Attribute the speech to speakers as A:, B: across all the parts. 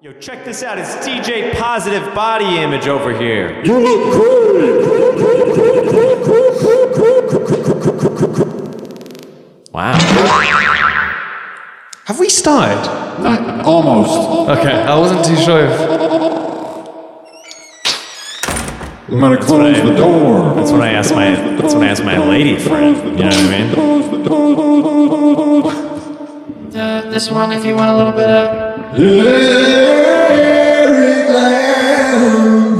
A: Yo, check this out. It's DJ Positive Body Image over here.
B: You look cool.
A: Wow.
C: Have we started?
B: Almost.
C: Okay, I wasn't too sure if.
B: I'm gonna close the door.
A: That's when I asked my that's when I asked my lady friend. You know what I mean?
B: Close the door.
D: Uh, this one, if you want a little bit of.
B: Eric Lamb.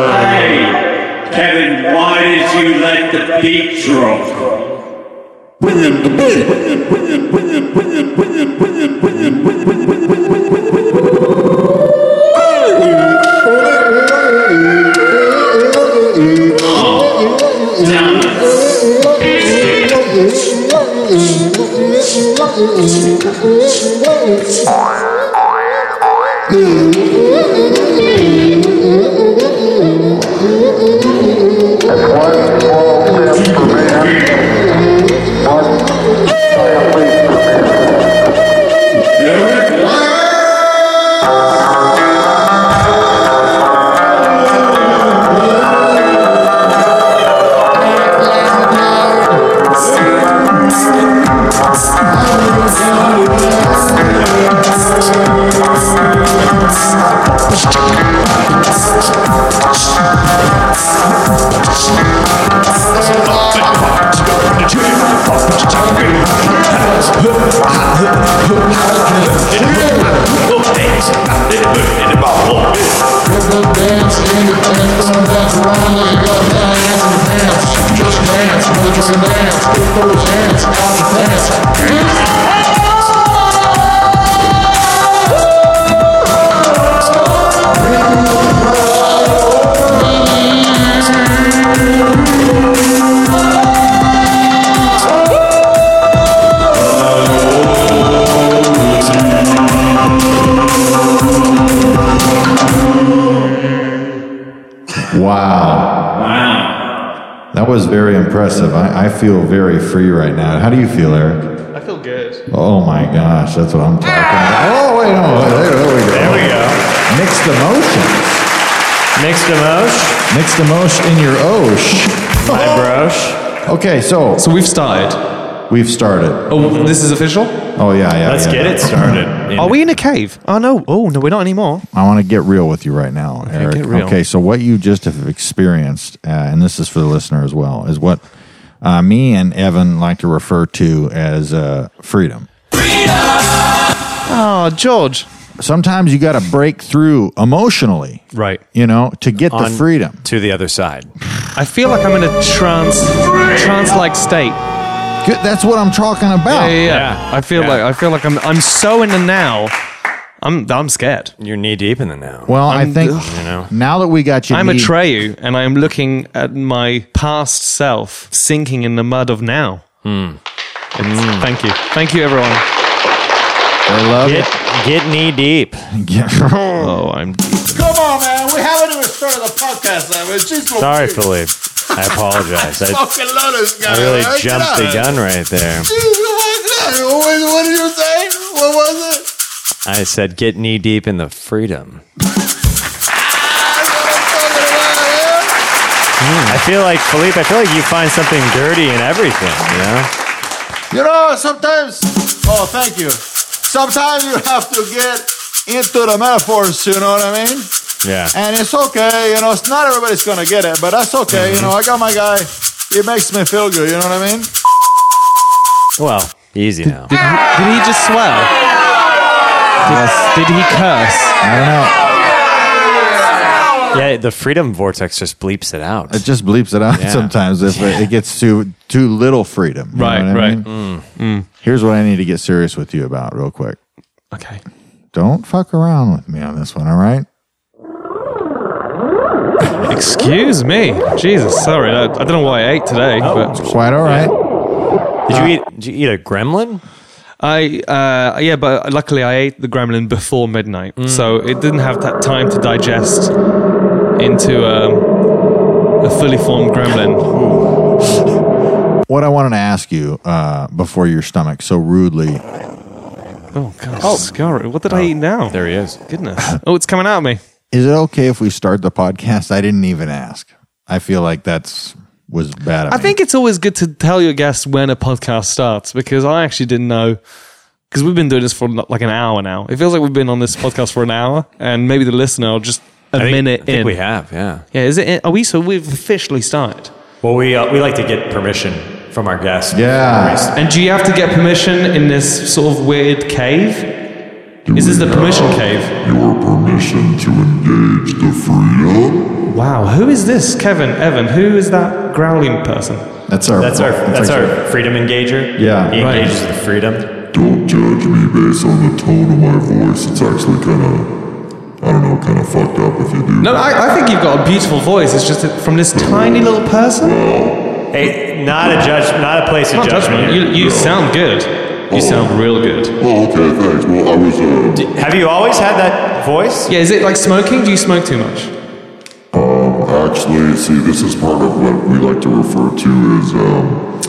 E: Hey, Kevin, why did you let the beat drop?
B: Bringing the beat. Bringing, bringing, bringing, bringing, bringing, bringing, bringing, bringing, bringing, bringing, bringing, bringing, bringing,
E: Down the
F: One small step for man, one giant leap for mankind.
B: Eric Lamb.
G: Wow.
E: Wow.
G: That was very impressive. I, I feel very free right now. How do you feel, Eric?
C: I feel good.
G: Oh my gosh, that's what I'm talking about. Oh, wait, no, there, there we go.
A: There we go.
G: Mixed emotions.
A: Mixed emotion.
G: Mixed emotion in your osh. Oh.
A: My brosh.
G: Okay, so
C: So we've started.
G: we've started.
C: Oh, this is official?
G: Oh, yeah, yeah.
A: Let's
G: yeah,
A: get
G: yeah.
A: it started.
C: Are we in a cave? Oh, no. Oh, no, we're not anymore.
G: I want to get real with you right now, Eric.
C: get real.
G: Okay, so what you just have experienced, uh, and this is for the listener as well, is what uh, me and Evan like to refer to as uh, freedom.
C: Oh, George.
G: Sometimes you got to break through emotionally,
C: Right.
G: you know, to get
A: On
G: the freedom.
A: to the other side.
C: I feel like I'm in a trance, trance-like state.
G: Good- That's what I'm talking
C: Yeah,
G: about.
C: yeah,
A: Yeah.
C: yeah. I feel
A: Yeah.
C: like I feel like I'm I'm so in the now. I'm I'm scared.
A: You're knee deep in the now.
G: Well, i
C: I'm-
G: think
C: ugh.
A: you know.
G: now that we got you,
C: I'm
G: knee-
C: Atreyu, and I am looking at my past self sinking in the mud of now.
A: Hmm.
C: It's- Thank you, thank you, everyone.
G: I love
A: Get, get knee deep.
G: it.
C: Oh, I'm
B: Come on, man. We haven't even started the podcast, man. It's just gonna
A: Sorry,
B: be-
A: Philippe. I apologize. I,
B: fucking love this guy.
A: I really
B: man. Get
A: jumped the
B: out.
A: gun right there.
B: What, what did you say? What was it?
A: I said get knee deep in the freedom.
B: That's what I'm talking about, yeah.
A: Hmm, I feel like Philippe. I feel like you find something dirty in everything. You know.
H: You know, sometimes, oh, thank you. Sometimes you have to get into the metaphors, you know what I mean?
A: Yeah.
H: And it's okay, you know, it's not everybody's gonna get it, but that's okay, you know, I got my guy. It makes me feel good, you know what I mean?
A: Well, easy now.
C: Did he, did he just swear? Yes. Did he curse?
G: I don't know.
A: Yeah, the freedom vortex just bleeps it out.
G: It just bleeps it out sometimes if it, it gets too too little freedom. you know
C: Right,
G: what I
C: right.
G: mean?
A: Mm.
G: Here's what I need to get serious with you about, real quick.
C: Okay.
G: Don't fuck around with me on this one, all right?
C: Excuse me. Jesus, sorry. I, I don't know what I ate today, but
G: Oh, Quite all right.
A: Did you eat? Did you eat a gremlin?
C: I uh, yeah, but luckily I ate the gremlin before midnight,
A: Mm.
C: so it didn't have that time to digest into um, a fully formed gremlin.
G: What I wanted to ask you uh, before your stomach so rudely.
C: Oh god, oh. What did I eat now?
A: There he is.
C: Goodness. Oh, it's coming out of me.
G: Is it okay if we start the podcast? I didn't even ask. I feel like that's was bad. Of
C: I
G: me.
C: think it's always good to tell your guests when a podcast starts because I actually didn't know. Because we've been doing this for like an hour now. It feels like we've been on this podcast for an hour, and maybe the listener will just a
A: I think-
C: minute
A: I think
C: in.
A: we have. Yeah.
C: Yeah, is it? Are we? So we've officially started.
A: Well, we uh, we like to get
C: Mm.
A: permission from our guests.
G: Yeah.
C: And do you have to get permission in this sort of weird cave? Is this the permission cave?
I: Your permission to engage the freedom?
C: Wow, who is this? Kevin, Evan, who is that growling person?
G: That's our.
A: That's our that's our freedom engager.
G: Yeah.
A: He
C: Right.
A: engages the freedom.
I: Don't judge me based on the tone of my voice. It's actually kind of, I don't know, kind of fucked up if you do.
C: No, I, I think you've got a beautiful voice. It's just that from this tiny little person.
A: Hey, not a judge. Not a place of
C: Not judgment.
A: judgment.
C: You, you sound good. You sound real good.
I: Oh, okay, thanks. Well, I was, uh,
A: have you always had that voice?
C: Yeah, is it like smoking? Do you smoke too much?
I: um, actually, see, this is part of what we like to refer to as, um,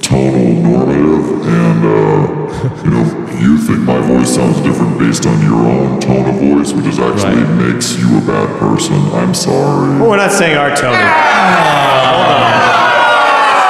I: tonal normative. And, uh, you know, you think my voice sounds different based on your own tone of voice, which is actually makes you a bad person. I'm sorry.
A: Well, we're not saying our tone. Is, Hold on.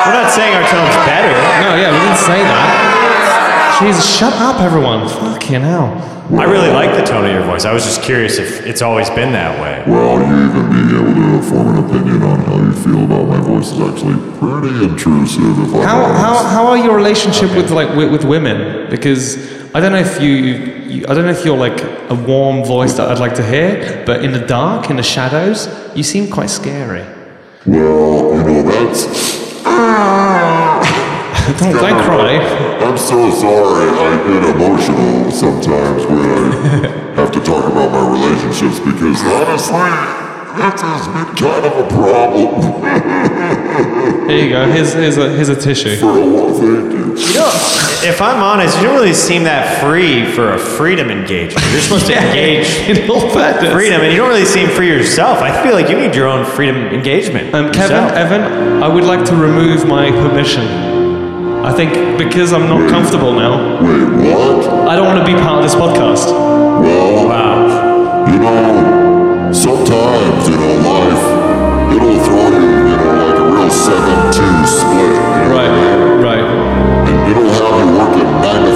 A: We're not saying our tone's better.
C: No, yeah, we didn't say that. Jesus, shut up, everyone. Fucking hell.
A: I really like the tone of your voice. I was just curious if it's always been that way.
I: Well, you even being able to form an opinion on how you feel about my voice is actually pretty intrusive, if I'm
C: How,
I: honest.
C: how, how are your relationship with like with, with women? Because I don't know if you, you I don't know if you're like a warm voice that I'd like to hear, but in the dark, in the shadows, you seem quite scary.
I: Well, you know, that's.
C: Don't, don't cry.
I: I'm so sorry I get emotional sometimes when I have to talk about my relationships because honestly, this has been kind of a problem
C: Here you go. Here's here's a here's a tissue.
I: for a while. Thank you.
A: You know, if I'm honest, you don't really seem that free for a freedom engager. You're supposed to engage
C: In all fairness.
A: freedom, and you don't really seem free yourself. I feel like you need your own freedom engagement.
C: Um, Kevin,
A: yourself.
C: Evan, I would like to remove my permission. I think because I'm not comfortable now,
I: Wait, what?
C: I don't want to be part of this podcast.
I: Well, you know, sometimes, you know, life, it'll throw you, you know, like a real 7 2 split. You know?
C: Right, right.
I: And it'll have you working 9 to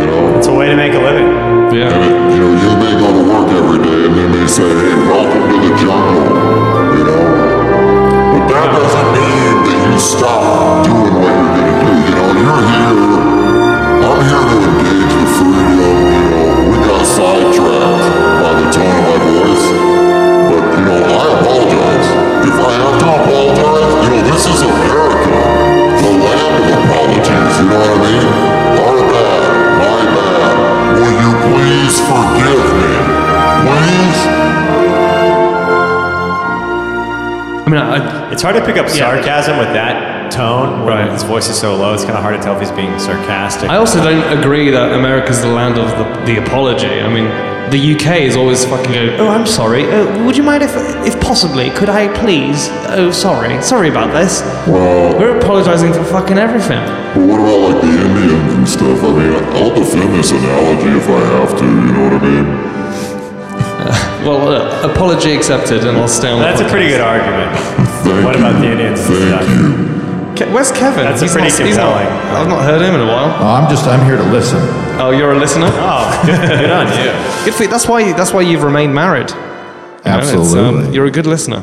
I: 5, you know?
A: It's a way to make a living.
C: Yeah.
I: You know, you may go to work every day and they may say, hey, welcome to the jungle, you know. But that doesn't mean that you stop doing what you're going to do. You know, you're here. I'm here to engage the freedom. You know, we got sidetracked by the tone of my voice. But, you know, I apologize. If I have to apologize, you know, this is America. The land of apologies, you know what I mean? Our bad, my bad. Will you please forgive me? Please?
C: I mean, I,
A: It's hard to pick up sarcasm with that tone. when
C: Right.
A: His voice is so low. It's kind of hard to tell if he's being sarcastic.
C: I also don't agree that America's the land of the, the apology. I mean, the UK is always fucking going, oh, I'm sorry. Oh, would you mind if, if possibly, could I please? Oh, sorry. Sorry about this.
I: Well,
C: We're apologizing for fucking everything.
I: but what about like the Indians and stuff? I mean, I'll defend this analogy if I have to, you know what I mean?
C: Well, uh, apology accepted, and I'll stay on the
A: That's a
C: podcast.
A: pretty good argument.
I: Thank
A: What about the
I: you.
A: Indians?
I: Thank
A: Yeah.
I: you.
C: Ke- Where's Kevin?
A: That's a
C: He's
A: pretty
C: not, he's not-
A: compelling-
C: I've not heard him in a while.
G: Oh, I'm just I'm here to listen.
C: Oh, you're a listener.
A: Oh, good, good on you.
C: Good for you. That's why. That's why you've remained married. You know, it's, um,
G: Absolutely.
C: you're a good listener.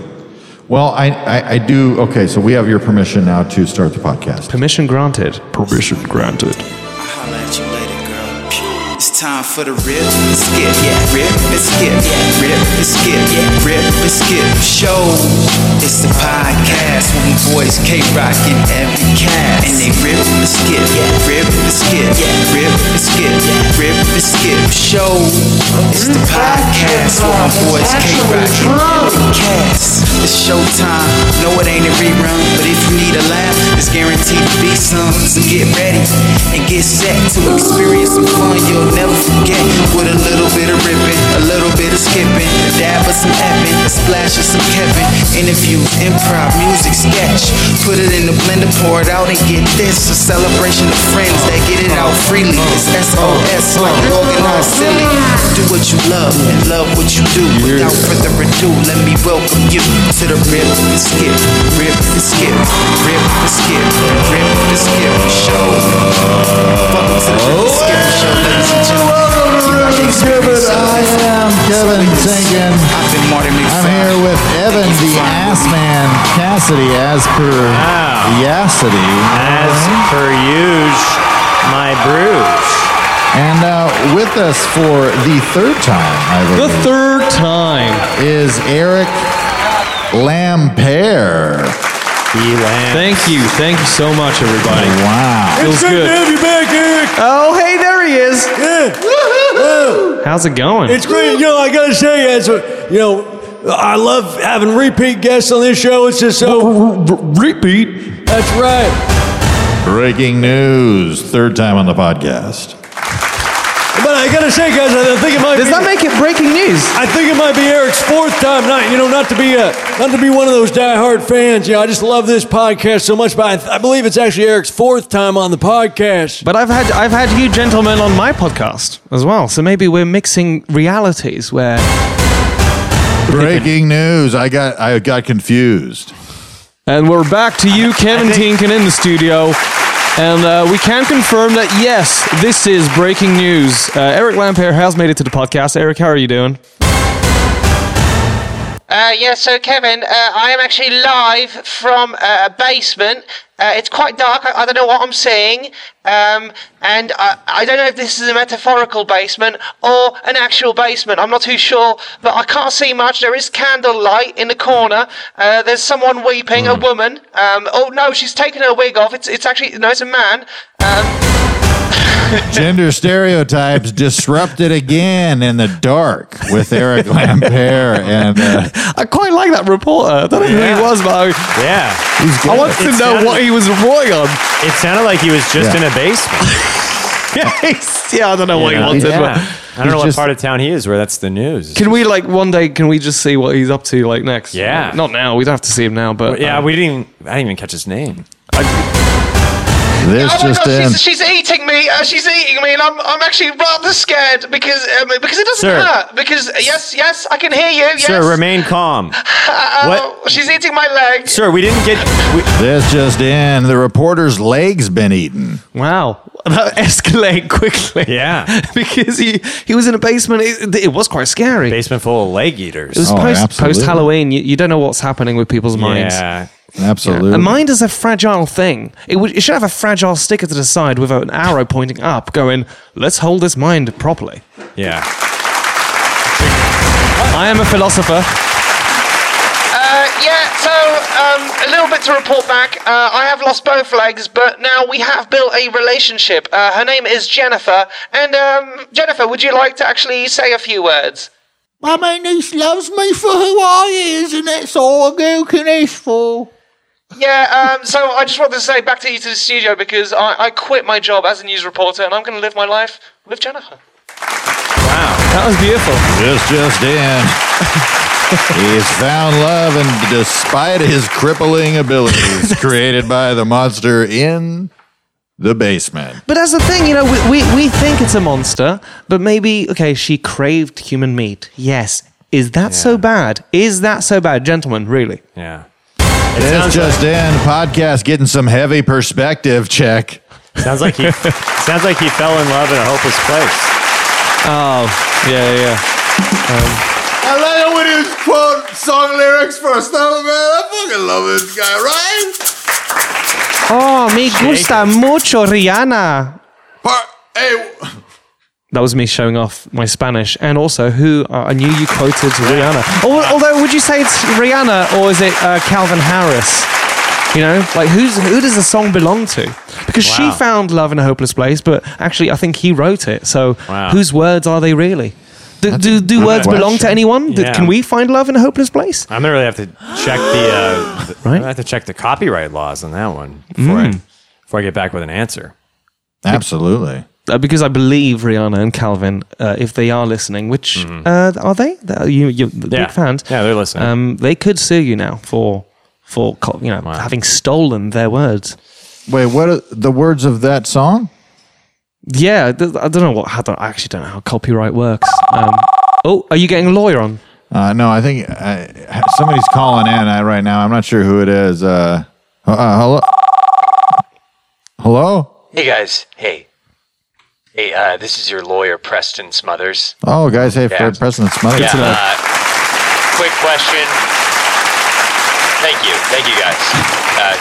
G: well, I, I I do. Okay, so we have your permission now to start the podcast.
C: Permission granted. Permission granted.
J: Holla at you later, girl. It's time for the rip and skip, yeah. Rip and skip, yeah. Rip and skip, yeah. Rip and skip show. It's the podcast with my boys K Rock and every cast, and they rip and skip, yeah. Rip and skip, yeah. Rip and skip, yeah. Rip and skip show. It's the podcast with my boys K Rock and every cast. It's showtime. No, it ain't a rerun, but if you need a laugh, it's guaranteed to be some. So get ready and get set to experience some fun you'll never forget. With a little bit of ripping, a little bit of skipping, a dab of some epping, a splash of some Kevin. Interview, improv, music, sketch. Put it in the blender, pour it out, and get this a celebration of friends that get it out freely. It's SOS like organized silly. Do what you love and love what you do. Without further ado, let me welcome you to the rip and skip, rip and skip, rip and skip, rip and skip show. Welcome to the rip and skip show, ladies and gentlemen.
G: Welcome to Rip
J: You are
G: and Skip It.
J: experiencing-
G: I am Kevin Tinkin.
J: I've been Martin
G: I'm
J: McFly.
G: here with Evan the Ass Man Cassidy, as per
A: Wow. As
G: Yassity.
A: per usual, my bruise.
G: And uh, with us for the third time, I
C: The
G: believe,
C: third time.
G: is Eric Lampere.
C: Thank you. Thank you so much, everybody.
G: Wow.
C: Feels good.
H: you back, Eric.
C: Oh, hey, there he is.
H: Woo.
C: How's it going?
H: It's great. You know, I gotta say, as a, uh, you know, I love having repeat guests on this show. It's just so repeat. That's right.
G: Breaking news. Third time on the podcast.
H: But I gotta say, guys, I think it might.
C: Does
H: be,
C: that make it breaking news?
H: I think it might be Eric's fourth time. Not you know, not to be a, not to be one of those diehard fans. You know, I just love this podcast so much. But I, th- I believe it's actually Eric's fourth time on the podcast.
C: But I've had I've had you gentlemen on my podcast as well, so maybe we're mixing realities. Where
G: Breaking news. I got I got confused.
C: and we're back to you, Kevin Tinkin, in the studio, and uh, we can confirm that yes, this is breaking news. Uh, Eric Lampere has made it to the podcast. Eric, how are you doing?
K: Uh, yeah, so Kevin, uh, I am actually live from uh, a basement. Uh, it's quite dark. I, I don't know what I'm seeing. Um, and I, I don't know if this is a metaphorical basement or an actual basement. I'm not too sure, but I can't see much. There is candlelight in the corner. Uh, there's someone weeping, a woman. Um, oh, no, she's taken her wig off. It's, it's actually, no, it's a man. Um,
G: Gender stereotypes disrupted again in the dark with Eric Lampere. And uh,
C: I quite like that reporter. I don't know who
A: Yeah.
C: he was, but I,
A: Yeah.
C: I wanted to
A: It
C: know
A: sounded-
C: what he was reporting on.
A: It sounded like he was just
G: Yeah.
A: in a basement.
C: yeah, I don't know what
A: Yeah.
C: he wanted. but-
A: Yeah. I don't know
G: He's
A: what
G: just-
A: part of town he is where that's the news.
C: Can we like one day? Can we just see what he's up to like next?
A: Yeah.
C: Not now. We don't have to see him now. But
A: Yeah,
C: um,
A: we didn't even, I didn't even catch his name.
G: this
K: oh my
G: just
K: God,
G: in.
K: she's, she's eating me. Uh, she's eating me, and I'm, I'm actually rather scared because um, because it doesn't
A: Sir.
K: hurt. Because uh, yes, yes, I can hear you. Oh, Yes.
A: Sir, remain calm.
K: Oh,
A: what?
K: She's eating my leg.
A: Sir, we didn't get. We,
G: This just in. The reporter's leg's been eaten.
C: wow, that escalated quickly.
A: yeah.
C: because he he was in a basement. It, it was quite scary.
A: Basement full of leg eaters.
C: it was
G: Oh,
C: post
G: absolutely.
C: post Halloween. You, you don't know what's happening with people's minds.
A: Yeah.
G: Absolutely.
C: A mind is a fragile thing. It, would, it should have a fragile sticker to the side with an arrow pointing up, going, "Let's hold this mind properly."
A: Yeah.
C: I am a philosopher.
K: Uh, yeah, so um, a little bit to report back. Uh, I have lost both legs, but now we have built a relationship. Uh, her name is Jennifer. And um, Jennifer, would you like to actually say a few words?
H: Well, my niece loves me for who I is, and that's all a girl can ask for.
K: Yeah, um, so I just wanted to say back to you to the studio because I, I quit my job as a news reporter and I'm going to live my life with Jennifer.
C: That was beautiful.
G: This just in. He's found love, and despite his crippling abilities created by the monster in the basement,
C: But that's the thing, you know, we, we, we think it's a monster, but maybe, okay, she craved human meat. Yes. Is that so bad? Is that so bad? Gentlemen, really?
A: Yeah.
G: This just in podcast getting some heavy perspective check.
A: Sounds like he sounds like he fell in love in a hopeless place.
C: Oh, yeah, yeah. Um,
I: I like it when he was quote song lyrics for a stuff, man. I fucking love this guy, right?
C: Oh, me gusta mucho Rihanna.
I: Part, hey,
C: That was me showing off my Spanish, and also who uh, I knew you quoted Rihanna. Al- Although, would you say it's Rihanna or is it uh, Calvin Harris? You know, like who's who does the song belong to? Because
A: Wow.
C: she found love in a hopeless place, but actually, I think he wrote it. So,
A: Wow.
C: whose words are they really? Do, do, do words belong to
G: question.
C: anyone? Do-
A: Yeah.
C: Can we find love in a hopeless place?
A: I'm gonna really have to check the. Uh, th- I'm
C: Right.
A: gonna have to check the copyright laws on that one before,
G: Mm.
A: I, before I get back with an answer.
G: Absolutely.
C: uh, because I believe Rihanna and Calvin, uh, if they are listening, which
G: Mm-hmm.
C: uh, are they? Th- You, you're the
A: Yeah.
C: big fans.
A: Yeah, they're listening.
C: Um, they could sue you now for for co- you know having stolen their words.
G: Wait, what are the words of that song?
C: Yeah, th- I don't know what. I, don't, I actually don't know how copyright works. Um, oh, are you getting a lawyer on?
G: Uh, no, I think I, somebody's calling in I, right now. I'm not sure who it is. Uh, uh, hello? Hello?
L: Hey guys, hey. Hey, uh, this is your lawyer, Preston Smothers.
G: Oh, guys, hey,
L: Yeah.
G: Fred President Smothers.
L: Yeah, uh, quick question. Thank you, thank you guys. Uh,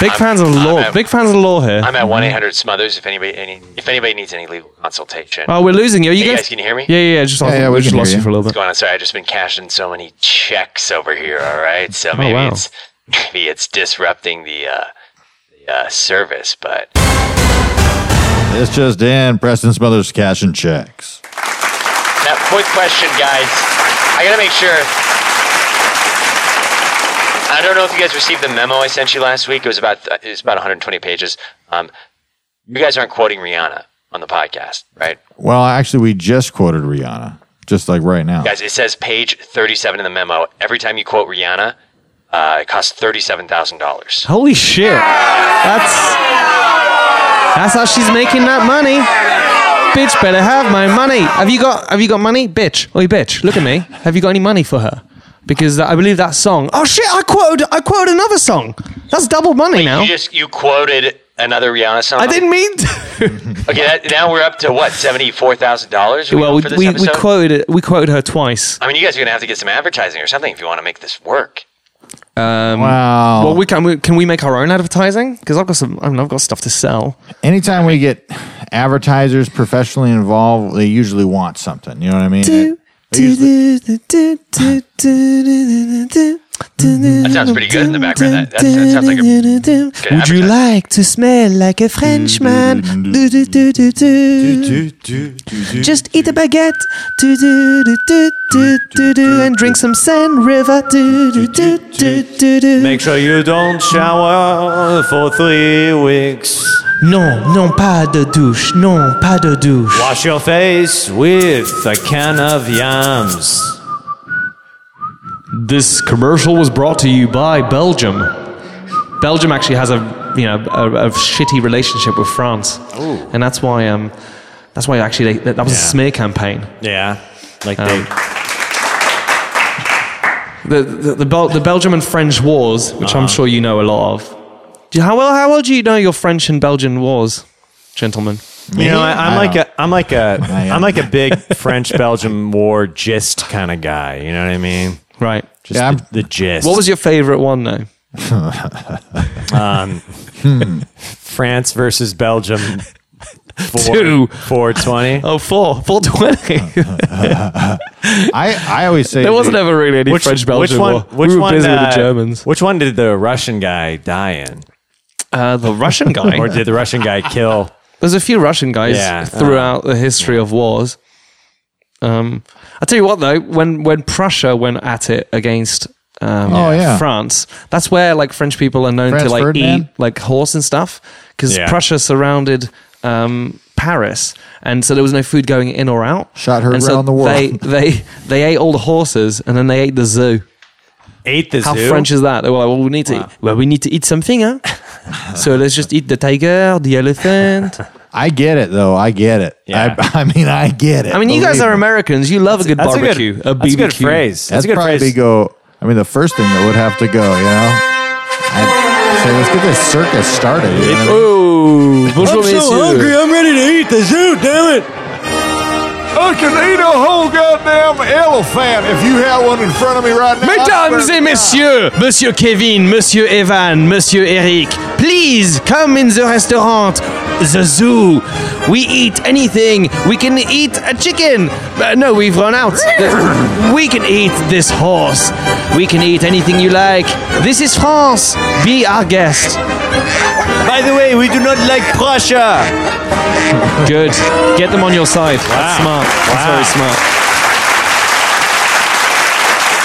C: Big
L: I'm-
C: fans of law.
L: I'm a-
C: big fans of law here.
L: I'm at one eight hundred Smothers. If anybody, any, if anybody needs any legal consultation,
C: oh, we're losing you. Are you
L: Hey,
C: guys,
L: guys, can you hear me?
C: Yeah, yeah, yeah. Just
G: Yeah, yeah,
C: we,
G: we
C: just
G: can
C: lost
G: hear
C: you
G: you.
C: for a little
L: what's
C: bit.
L: going on? Sorry, I have just been cashing so many checks over here. All right, so maybe
C: Oh, wow.
L: it's maybe it's disrupting the uh, the uh, service, but
G: This just in Preston Smothers cash and checks.
L: Now, quick question, guys. I gotta make sure. I don't know if you guys received the memo I sent you last week. It was about it was about 120 pages. Um, you guys aren't quoting Rihanna on the podcast, right?
G: Well, actually, we just quoted Rihanna, just like right now.
L: Guys, it says page 37 in the memo. Every time you quote Rihanna, uh, it costs thirty-seven thousand dollars.
C: Holy shit! That's that's how she's making that money. Bitch, better have my money. Have you got Have you got money, bitch? Oi, bitch, look at me. Have you got any money for her? Because I believe that song. Oh shit! I quoted I quoted another song. That's double money now.
L: You just you quoted another Rihanna song.
C: I didn't mean to.
L: Okay, that, now we're up to what seventy-four thousand dollars.
C: well, we, we, we quoted it- we quoted her twice.
L: I mean, you guys are gonna have to get some advertising or something if you want to make this work.
G: wow.
C: Um, Well, we can we, can we make our own advertising? Because I've got some. I mean, I've got stuff to sell.
G: Anytime we get advertisers professionally involved, they usually want something. You know what I mean? They usually-
L: That sounds pretty good in the background. That, that, that sounds like a
C: Would you
L: advertising.
C: like to smell like a Frenchman? Do, do, do, do, do. Just eat a baguette do, do, do, do, do, do, do, and drink some San River. Do, do, do, do, do, do.
A: Make sure you don't shower for three weeks.
C: Non, non, pas de douche. Non, pas de douche.
A: Wash your face with a can of yams.
C: This commercial was brought to you by Belgium. Belgium actually has a you know a, a shitty relationship with France, and that's why um that's why actually they, that, that was a
A: Yeah.
C: smear campaign. Um,
A: Yeah, like they.
C: The the, the, Bel- the Belgium and French wars, which
A: Uh-huh.
C: I'm sure you know a lot of. Do you, how well how well do you know your French and Belgian wars, gentlemen?
A: You know, I, I'm
G: I
A: like
G: don't-
A: a, I'm like a,
G: am.
A: I'm like a big French Belgium war gist kind of guy. You know what I mean?
C: Right.
A: Just
G: Yeah, I'm-
A: the, the gist.
C: What was your favorite one though?
A: Um,
C: Hmm.
A: France versus Belgium? Four,
C: Two.
A: four twenty.
C: Oh, four, four twenty.
G: I, I always say
C: there wasn't ever really any French Belgian
A: one?
C: war.
A: Which
C: we were
A: one?
C: busy
A: uh,
C: with the Germans.
A: Which one did the Russian guy die in,
C: Uh, the Russian guy.
A: or did the Russian guy kill?
C: There's a few Russian guys
A: Yeah,
C: throughout the history of wars. Um, I tell you what, though, when when Prussia went at it against um,
G: Oh, yeah.
C: France, that's where like French people are known to
G: Franz
C: like
G: Ferdinand?
C: eat like horse and stuff because
A: Yeah.
C: Prussia surrounded um, Paris, and so there was no food going in or out.
G: Shot her
C: and so
G: around the world.
C: They, they they ate all the horses, and then they ate the zoo.
A: Ate the
C: How
A: zoo.
C: French is that? They were like, well, we need to eat, well, we need to eat something, huh? so let's just eat the tiger, the elephant.
G: I get it though. I get it.
A: Yeah.
G: I, I mean, I get it.
C: I mean, you guys
G: Believe
C: are
G: me.
C: Americans. You love a good
A: That's a
C: barbecue.
A: good. that's a good
C: BBQ.
A: phrase. That's,
G: That's
A: a good
G: probably
A: phrase.
G: go. I mean, the first thing that would have to go, you know, So let's get this circus started. you know what I mean?
C: Oh,
M: I'm so hungry. I'm ready to eat the zoo. Damn it!
G: I can eat a whole goddamn elephant if you had one in front of me right now.
C: Mesdames et messieurs, Monsieur Kevin, Monsieur Evan, Monsieur Eric, please come in the restaurant, the zoo. We eat anything. We can eat a chicken. Uh, no, we've run out. Uh, we can eat this horse. We can eat anything you like. This is France. Be our guest.
A: By the way, we do not like Prussia.
C: Good. Get them on your side. That's
A: Wow.
C: smart. That's
A: Wow.
C: very smart.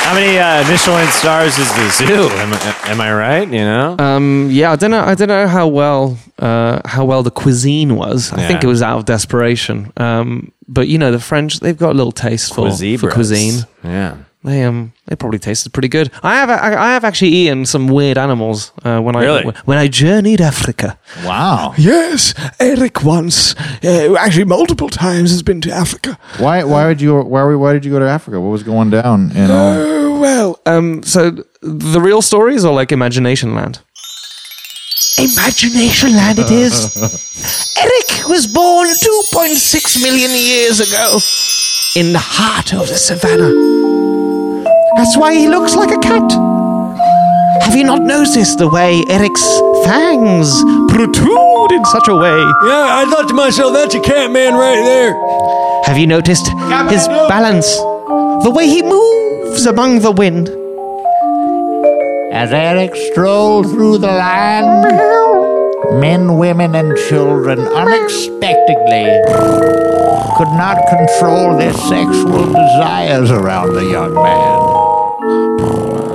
A: How many uh, Michelin stars is the zoo? Am I, am I right? You know?
C: Um, yeah, I don't know. I don't know how well uh, how well the cuisine was. I think
A: Yeah.
C: it was out of desperation. Um, but you know, the French they've got a little taste for, for
A: Zebras.
C: cuisine.
A: Yeah.
C: They um they probably tasted pretty good. I have I, I have actually eaten some weird animals uh, when
A: Really?
C: I when I journeyed Africa.
G: Wow.
N: Yes, Eric once, uh, actually multiple times, has been to Africa.
G: Why? Why would you? Why? were- Why did you go to Africa? What was going down? uh, And all?
N: Oh, well,
C: Um, so the real stories or like imagination land. Uh,
N: imagination land it is. Eric was born 2.6 million years ago in the heart of the savannah. That's why he looks like a cat.
C: Have you not noticed the way Eric's fangs protrude in such a way?
M: Yeah, I thought to myself, that's a cat man right there.
C: Have you noticed his balance? The way he moves among the wind.
K: As Eric strolled through the land, men, women, and children unexpectedly could not control their sexual desires around the young man.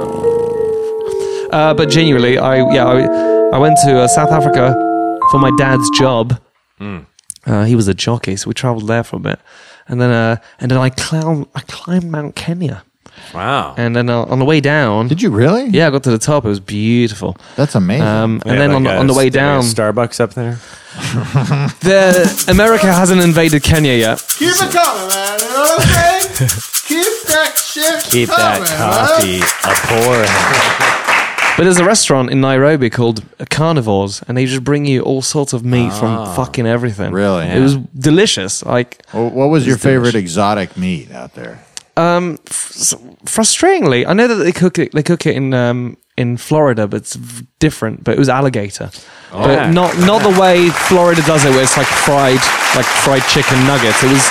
C: Uh, but genuinely, I yeah, I, I went to uh, South Africa for my dad's job. Uh, he was a jockey, so we travelled there for a bit, and then uh, and then I climbed I climbed Mount Kenya,
A: Wow.
C: and then uh, on the way down,
G: Did you really?
C: yeah, I got to the top. It was beautiful.
G: That's amazing.
C: Um, and then on, the- on the way down,
A: Starbucks up there.
C: the America hasn't invaded Kenya yet.
F: Keep it coming, man. You know what I'm saying? Keep that shit
A: Keep that coffee a pour.
C: But there's a restaurant in Nairobi called Carnivores, and they just bring you all sorts of meat
A: Ah.
C: from fucking everything.
G: Really?
C: It was delicious. Like
G: Wh- what was your
C: It's
G: favorite
C: delicious.
G: exotic meat out there?
C: Um, f- s- frustratingly, I know that they cook it. They cook it in um in Florida, but it's v- different. But it was alligator, but
A: Oh. Yeah.
C: not not the way Florida does it, where it's like fried like fried chicken nuggets. It was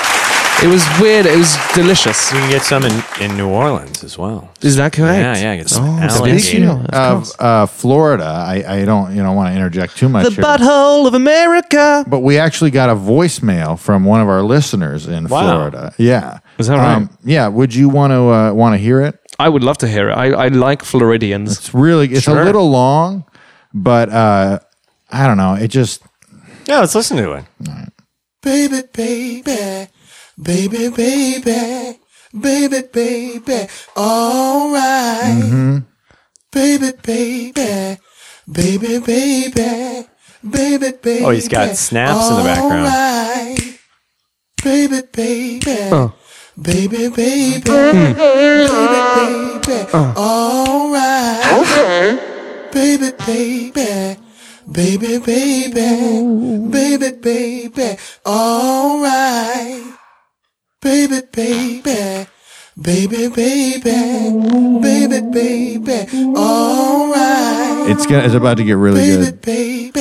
C: it was weird. It was delicious.
A: You can get some in, in New Orleans as well.
C: Is that correct?
A: Yeah, yeah. Get some
C: Oh,
A: alligator.
C: speaking of-
G: Of uh, Florida, I, I don't you know want to interject too much.
C: the
G: here.
C: butthole of America.
G: but we actually got a voicemail from one of our listeners in
A: Wow.
G: Florida. Yeah, Um,
C: Is that right?
G: yeah. Would you want to uh, want to hear it?
C: I would love to hear it. I, I like Floridians.
G: It's really it's
A: Sure.
G: a little long, but uh, I don't know. It just
A: Yeah, let's listen to it.
N: Baby, baby, baby, baby, baby, baby, all right.
A: Mm-hmm.
G: Mm-hmm.
N: Baby, baby, baby, baby, baby, baby.
A: Oh, he's got snaps in the background.
N: Alright. Baby, baby,
C: Oh.
N: baby, baby,
A: Mm.
N: baby, baby,
A: Uh.
N: all right. Baby, baby, baby, baby, baby, baby, all right. Baby, baby, baby, baby, baby, baby, all right.
G: it's gonna it's about to get really
N: Baby,
G: good.
N: baby,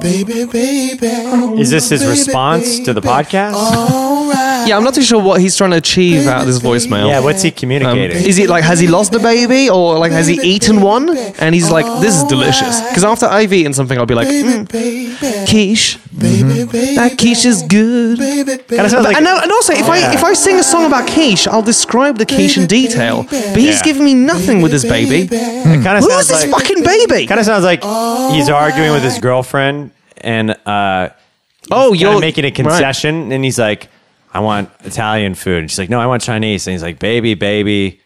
N: baby, baby, Oh,
A: Is this his response to the podcast?
N: all right.
C: Yeah, I'm not too sure what he's trying to achieve out of this voicemail.
A: Yeah, what's he
C: Um,
A: communicating?
C: is it like has he lost the baby Oh. or like has he eaten one? And he's like, this is delicious. Because after I've eaten something, I'll be like, mm, quiche. That quiche is good.
A: Kinda sounds like-
C: and, and also, if I if I sing a song about quiche, I'll describe the quiche in detail. But he's
A: Yeah.
C: giving me nothing with this baby.
A: it kinda
C: Who
A: sounds
C: is this
A: like-
C: fucking baby?
A: Kind of sounds like he's arguing with his girlfriend and uh,
C: oh,
A: you're
C: you're
A: making a concession, and he's like, "I want Italian food," and she's like, "No, I want Chinese," and he's like, "Baby, baby."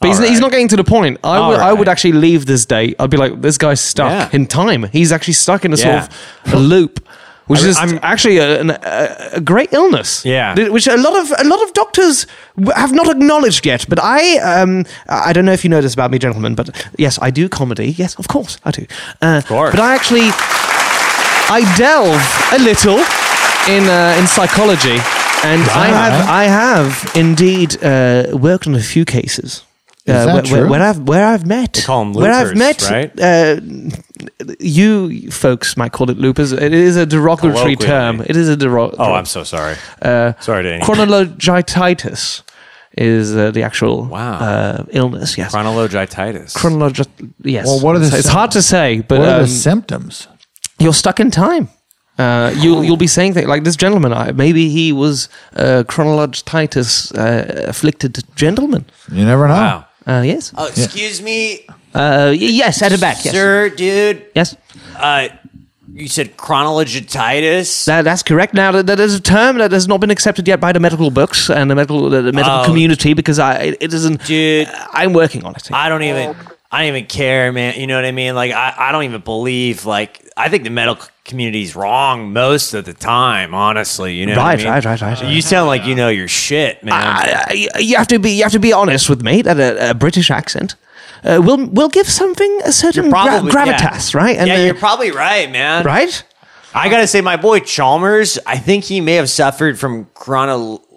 C: But he's,
A: All
C: he's
A: right.
C: not getting to the point. I
A: All
C: would I would
A: right.
C: actually leave this date. I'd be like, this guy's stuck
A: Yeah.
C: in time. He's actually stuck in a
A: Yeah.
C: sort of a loop. which is actually a, an- a, a great illness. Yeah, which a lot of a lot of doctors w- have not acknowledged yet. But I, um, I I don't know if you know this about me, gentlemen, but yes, I do comedy. Yes, of course I do. Uh, of course, but I actually I delve a little in uh, in psychology, and I have I have indeed uh, worked on a few cases.
K: Is that
C: uh, where, where-
K: true?
C: where I've where I've met
K: call 'em
C: where I've met
K: loopers, right?
C: uh, you folks might call it loopers. It is a derogatory
O: Colloquially.
C: term. It is a derogatory.
O: Oh, I'm so sorry.
C: Uh,
O: Sorry to anyone.
C: chronologitis is uh, the actual uh, illness. Yes,
O: Chronologitis.
C: chronologi- Yes.
O: Well, what are the
C: It's- It's
O: sym-
C: hard to say, but um,
O: what are the
C: symptoms? You're stuck in time. Uh,
A: Oh.
C: you you'll be saying things like this gentleman. I, maybe he was uh, chronologitis uh, afflicted gentleman.
G: You never know.
C: Uh, yes.
A: Oh, excuse me,
C: Uh, y- yes, at the back. Yes.
A: sir, dude.
C: Yes.
A: Uh, you said chronologitis.
C: That, that's correct. Now, that, that is a term that has not been accepted yet by the medical books and the medical the, the medical
A: Oh.
C: community because I it, it isn't. Dude, I'm working on it.
A: I don't even. I don't even care, man. You know what I mean? Like, I, I don't even believe. Like, I think the medical community's wrong most of the time. Honestly, you know. what I
C: Right,
A: mean?
C: right, right, right, Ah,
A: You sound like you know your shit, man.
C: I, I- you have to be you have to be honest with me that a, a British accent uh, will will give something a certain
A: probably-
C: Mm, gra-
A: yeah.
C: gravitas, right?
A: yeah,
C: uh,
A: you're probably right, man.
C: Right?
A: I gotta say, my boy Chalmers, I think he may have suffered from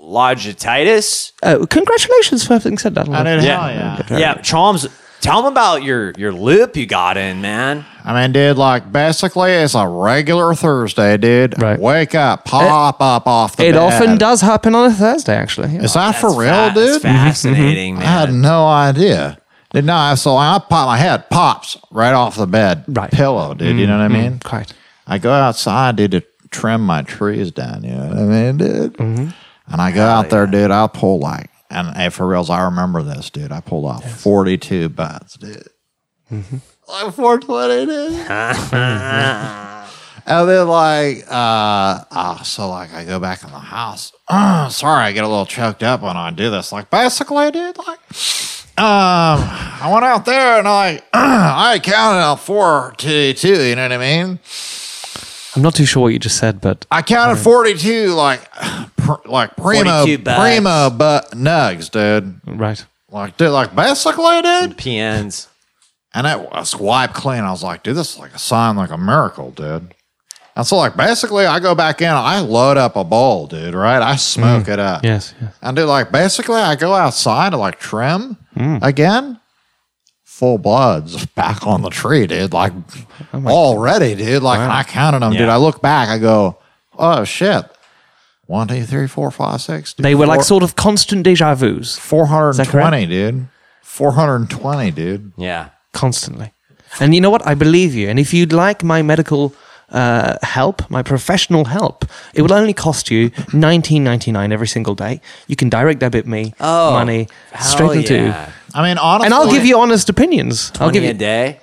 A: chronologitis.
C: uh, congratulations for having said that. Lord.
A: yeah, yeah. Chalmers, tell him about your your loop you got in, man.
G: I mean, dude, like basically it's a regular Thursday, dude. Right. Wake up, pop up off the
C: It
G: bed.
C: often does happen on a Thursday, actually.
G: Is that for real,
C: fa- that's
G: dude?
A: fascinating,
G: I had no idea. Did not. So I pop my head pops right off the bed right. pillow, dude. you know what I
C: Mm,
G: mean?
C: mm, quite.
G: I go outside, dude, to trim my trees down. You know what I mean, dude?
O: Mm-hmm.
G: And I go out there, dude. I pull like, and hey, for reals, I remember this, dude. I pulled off forty-two butts, dude. Like 420 Mm-hmm. And then like, uh, oh, so like I go back in the house. Uh, sorry, I get a little choked up when I do this. Like basically, dude, like, um, I went out there and I, I counted out four to two. You know what I mean?
C: I'm not too sure what you just said, but
G: I counted forty-two, like, pr- like primo,
C: 42 bucks.
G: primo, but nugs, dude.
C: Right.
G: Like, dude, like basically, dude.
A: PNs.
G: And I, I swiped clean. I was like, dude, this is like a sign, like a miracle, dude. And so, like, basically, I go back in. I load up a bowl, dude. Right? I smoke it
A: Uh,
G: up.
C: Yes.
G: And dude, like, basically, I go outside to like trim
C: Hmm.
G: again. Full bloods back on the tree, dude. Like, already, dude. Like, and I counted them, dude.
C: Oh Yeah.
G: I look back. I go, oh shit. One, two, three, four, five, six. dude.
C: They were like
G: Four-
C: sort of constant deja vus.
G: 420, dude. 420, dude.
A: Yeah.
C: Constantly. And you know what? I believe you. And if you'd like my medical uh, help, my professional help, it will only cost you nineteen ninety nine every single day. You can direct debit me
G: Oh,
C: money straight into.
G: I mean, honestly,
C: and I'll give you honest opinions. I'll give
G: 20 a
C: you
A: day.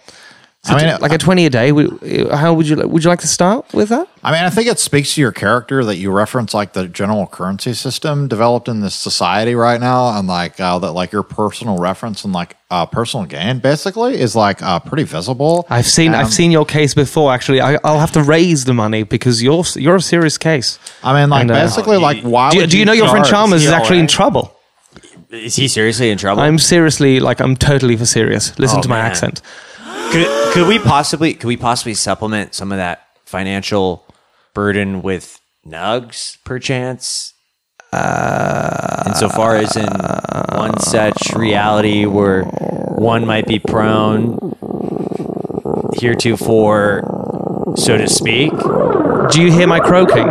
C: I mean, like a twenty a day. Would- How would you li- would you like to start with that?
G: I mean, I think it speaks to your character that you reference like the general currency system developed in this society right now, and like uh, that, like your personal reference and like uh, personal gain basically is like uh, pretty visible.
C: I've seen
G: Um,
C: I've seen your case before. Actually, I, I'll have to raise the money because you're you're a serious case.
G: I mean, like
C: And, uh,
G: basically, like why?
C: do you,
G: would
C: do you know your friend
G: charge?
C: Chalmers is
G: Yeah,
C: actually in
G: right.
C: trouble?
A: eh? Is he seriously in trouble?
C: I'm seriously like I'm totally for serious. Listen
A: Oh,
C: to my
A: man.
C: accent.
A: Could, could we possibly could we possibly supplement some of that financial burden with nugs, perchance? Uh, Insofar as in one such reality where one might be prone heretofore, so to speak.
C: Do you hear my croaking?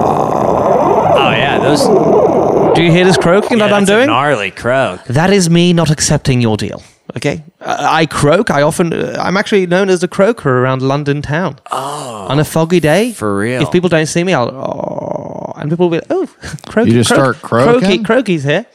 A: Oh yeah, those.
C: Do you hear this croaking that I'm
A: that's a
C: doing?
A: gnarly croak.
C: That is me not accepting your deal. Okay, I, I croak. I often uh, I'm actually known as the croaker around London town. Oh, on a foggy day, for
A: real.
C: If people don't see me, I'll oh, and people will be oh, croaky.
G: You just start
C: croak,
G: croaking?
C: Croaky, croaky's here.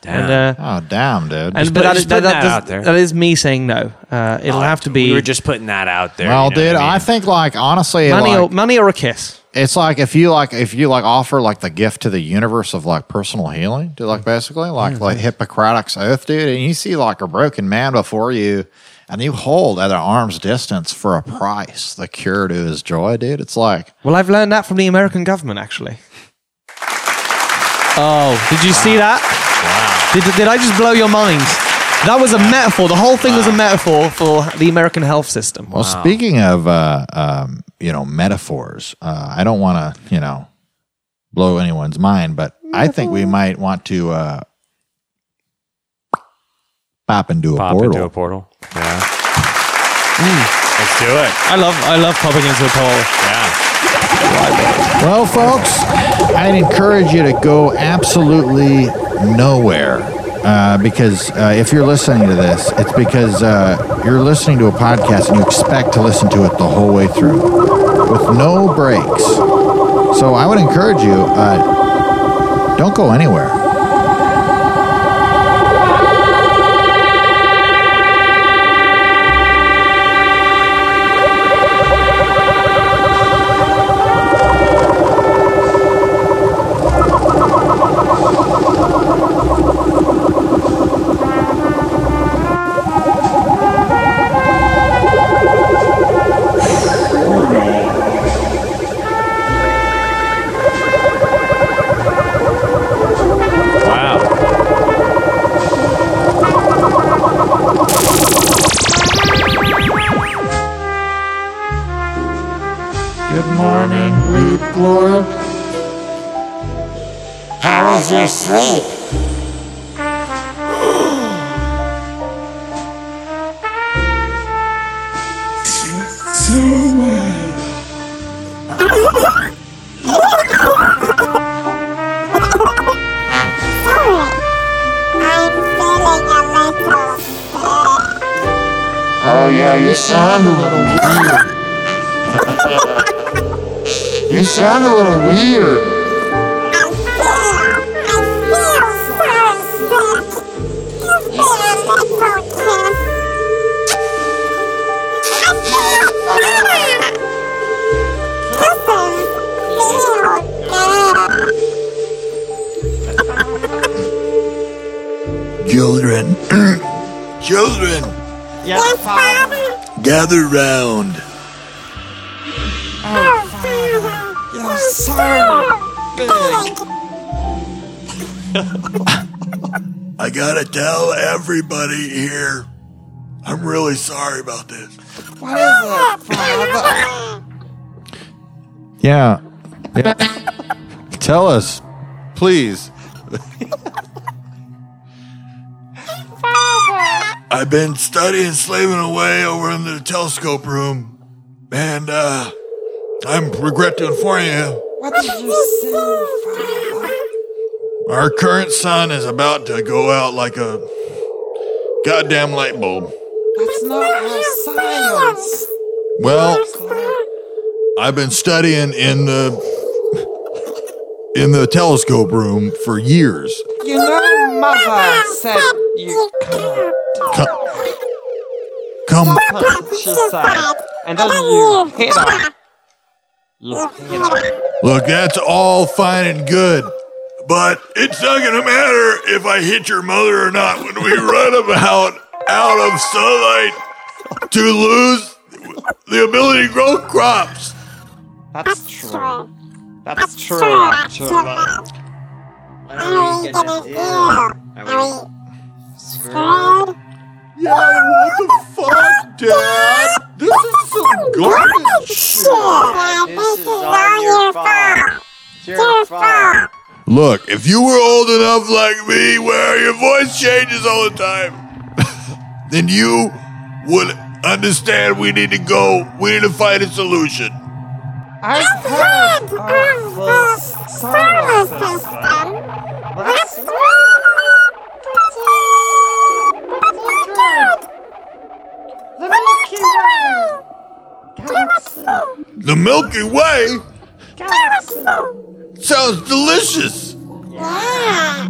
A: Damn.
C: And, uh,
G: Oh damn, dude!
C: and but that is that, that, that, that is me saying no. Uh, it'll have to be
A: Oh, We were just putting that out there.
G: well,
A: you know
G: dude,
A: what
G: I, think like honestly,
C: money
G: like,
C: or money or a kiss.
G: It's like if you like if you like offer like the gift to the universe of like personal healing, dude, like basically like like Hippocratic's oath, dude, and you see like a broken man before you, and you hold at an arm's distance for a price the cure to his joy, dude. It's like
C: Well, I've learned that from the American government, actually. Oh, did you see that? Wow. Did, did I just blow your mind? That was a metaphor. The whole thing was a metaphor for the American health system.
G: Well, speaking of uh, um, you know metaphors, uh, I don't want to you know blow anyone's mind, but I think we might want to uh, pop into a
A: Pop
G: portal.
A: into a portal. Yeah.
P: Let's do it.
C: Mm. I love I love popping into a portal.
P: Yeah.
G: Well, folks, I'd encourage you to go absolutely nowhere uh, because uh, if you're listening to this, it's because uh, you're listening to a podcast and you expect to listen to it the whole way through with no breaks. So I would encourage you uh, don't go anywhere.
P: Wow.
F: Good morning, Weed Glory. How was your sleep? So well. Oh yeah, you sound a little weird. You sound a little weird.
O: Children, children,
F: Yes, Father.
O: gather round.
F: Oh, Father. You're so big.
O: I gotta tell everybody here, I'm really sorry about this.
F: What is it, Father?
G: Yeah. yeah. Tell us, please.
O: I've been studying, slaving away over in the telescope room, and uh, I'm regret to inform you,
F: What did you say, Father?
O: our current sun is about to go out like a goddamn light bulb.
F: That's not real science.
O: Well, I've been studying in the in the telescope room for years.
F: You know, Mother said you can't.
O: Come,
F: She said, and then you hit her. You hit her.
O: look, that's all fine and good, but it's not gonna matter if I hit your mother or not when we run about out of sunlight to lose the ability to grow crops.
F: That's true. That's true, actually. What are we gonna do? Are we scared? Yeah, what the fuck, Dad? This is some garbage shit. This is all your fault. It's your fault.
O: Look, if you were old enough like me, where your voice changes all the time, then you would understand we need to go. We need to find a solution.
F: I've heard of this solar system. That's The Milky Way! Galaxy!
O: The Milky Way
F: Galaxy!
O: sounds delicious.
F: Yeah!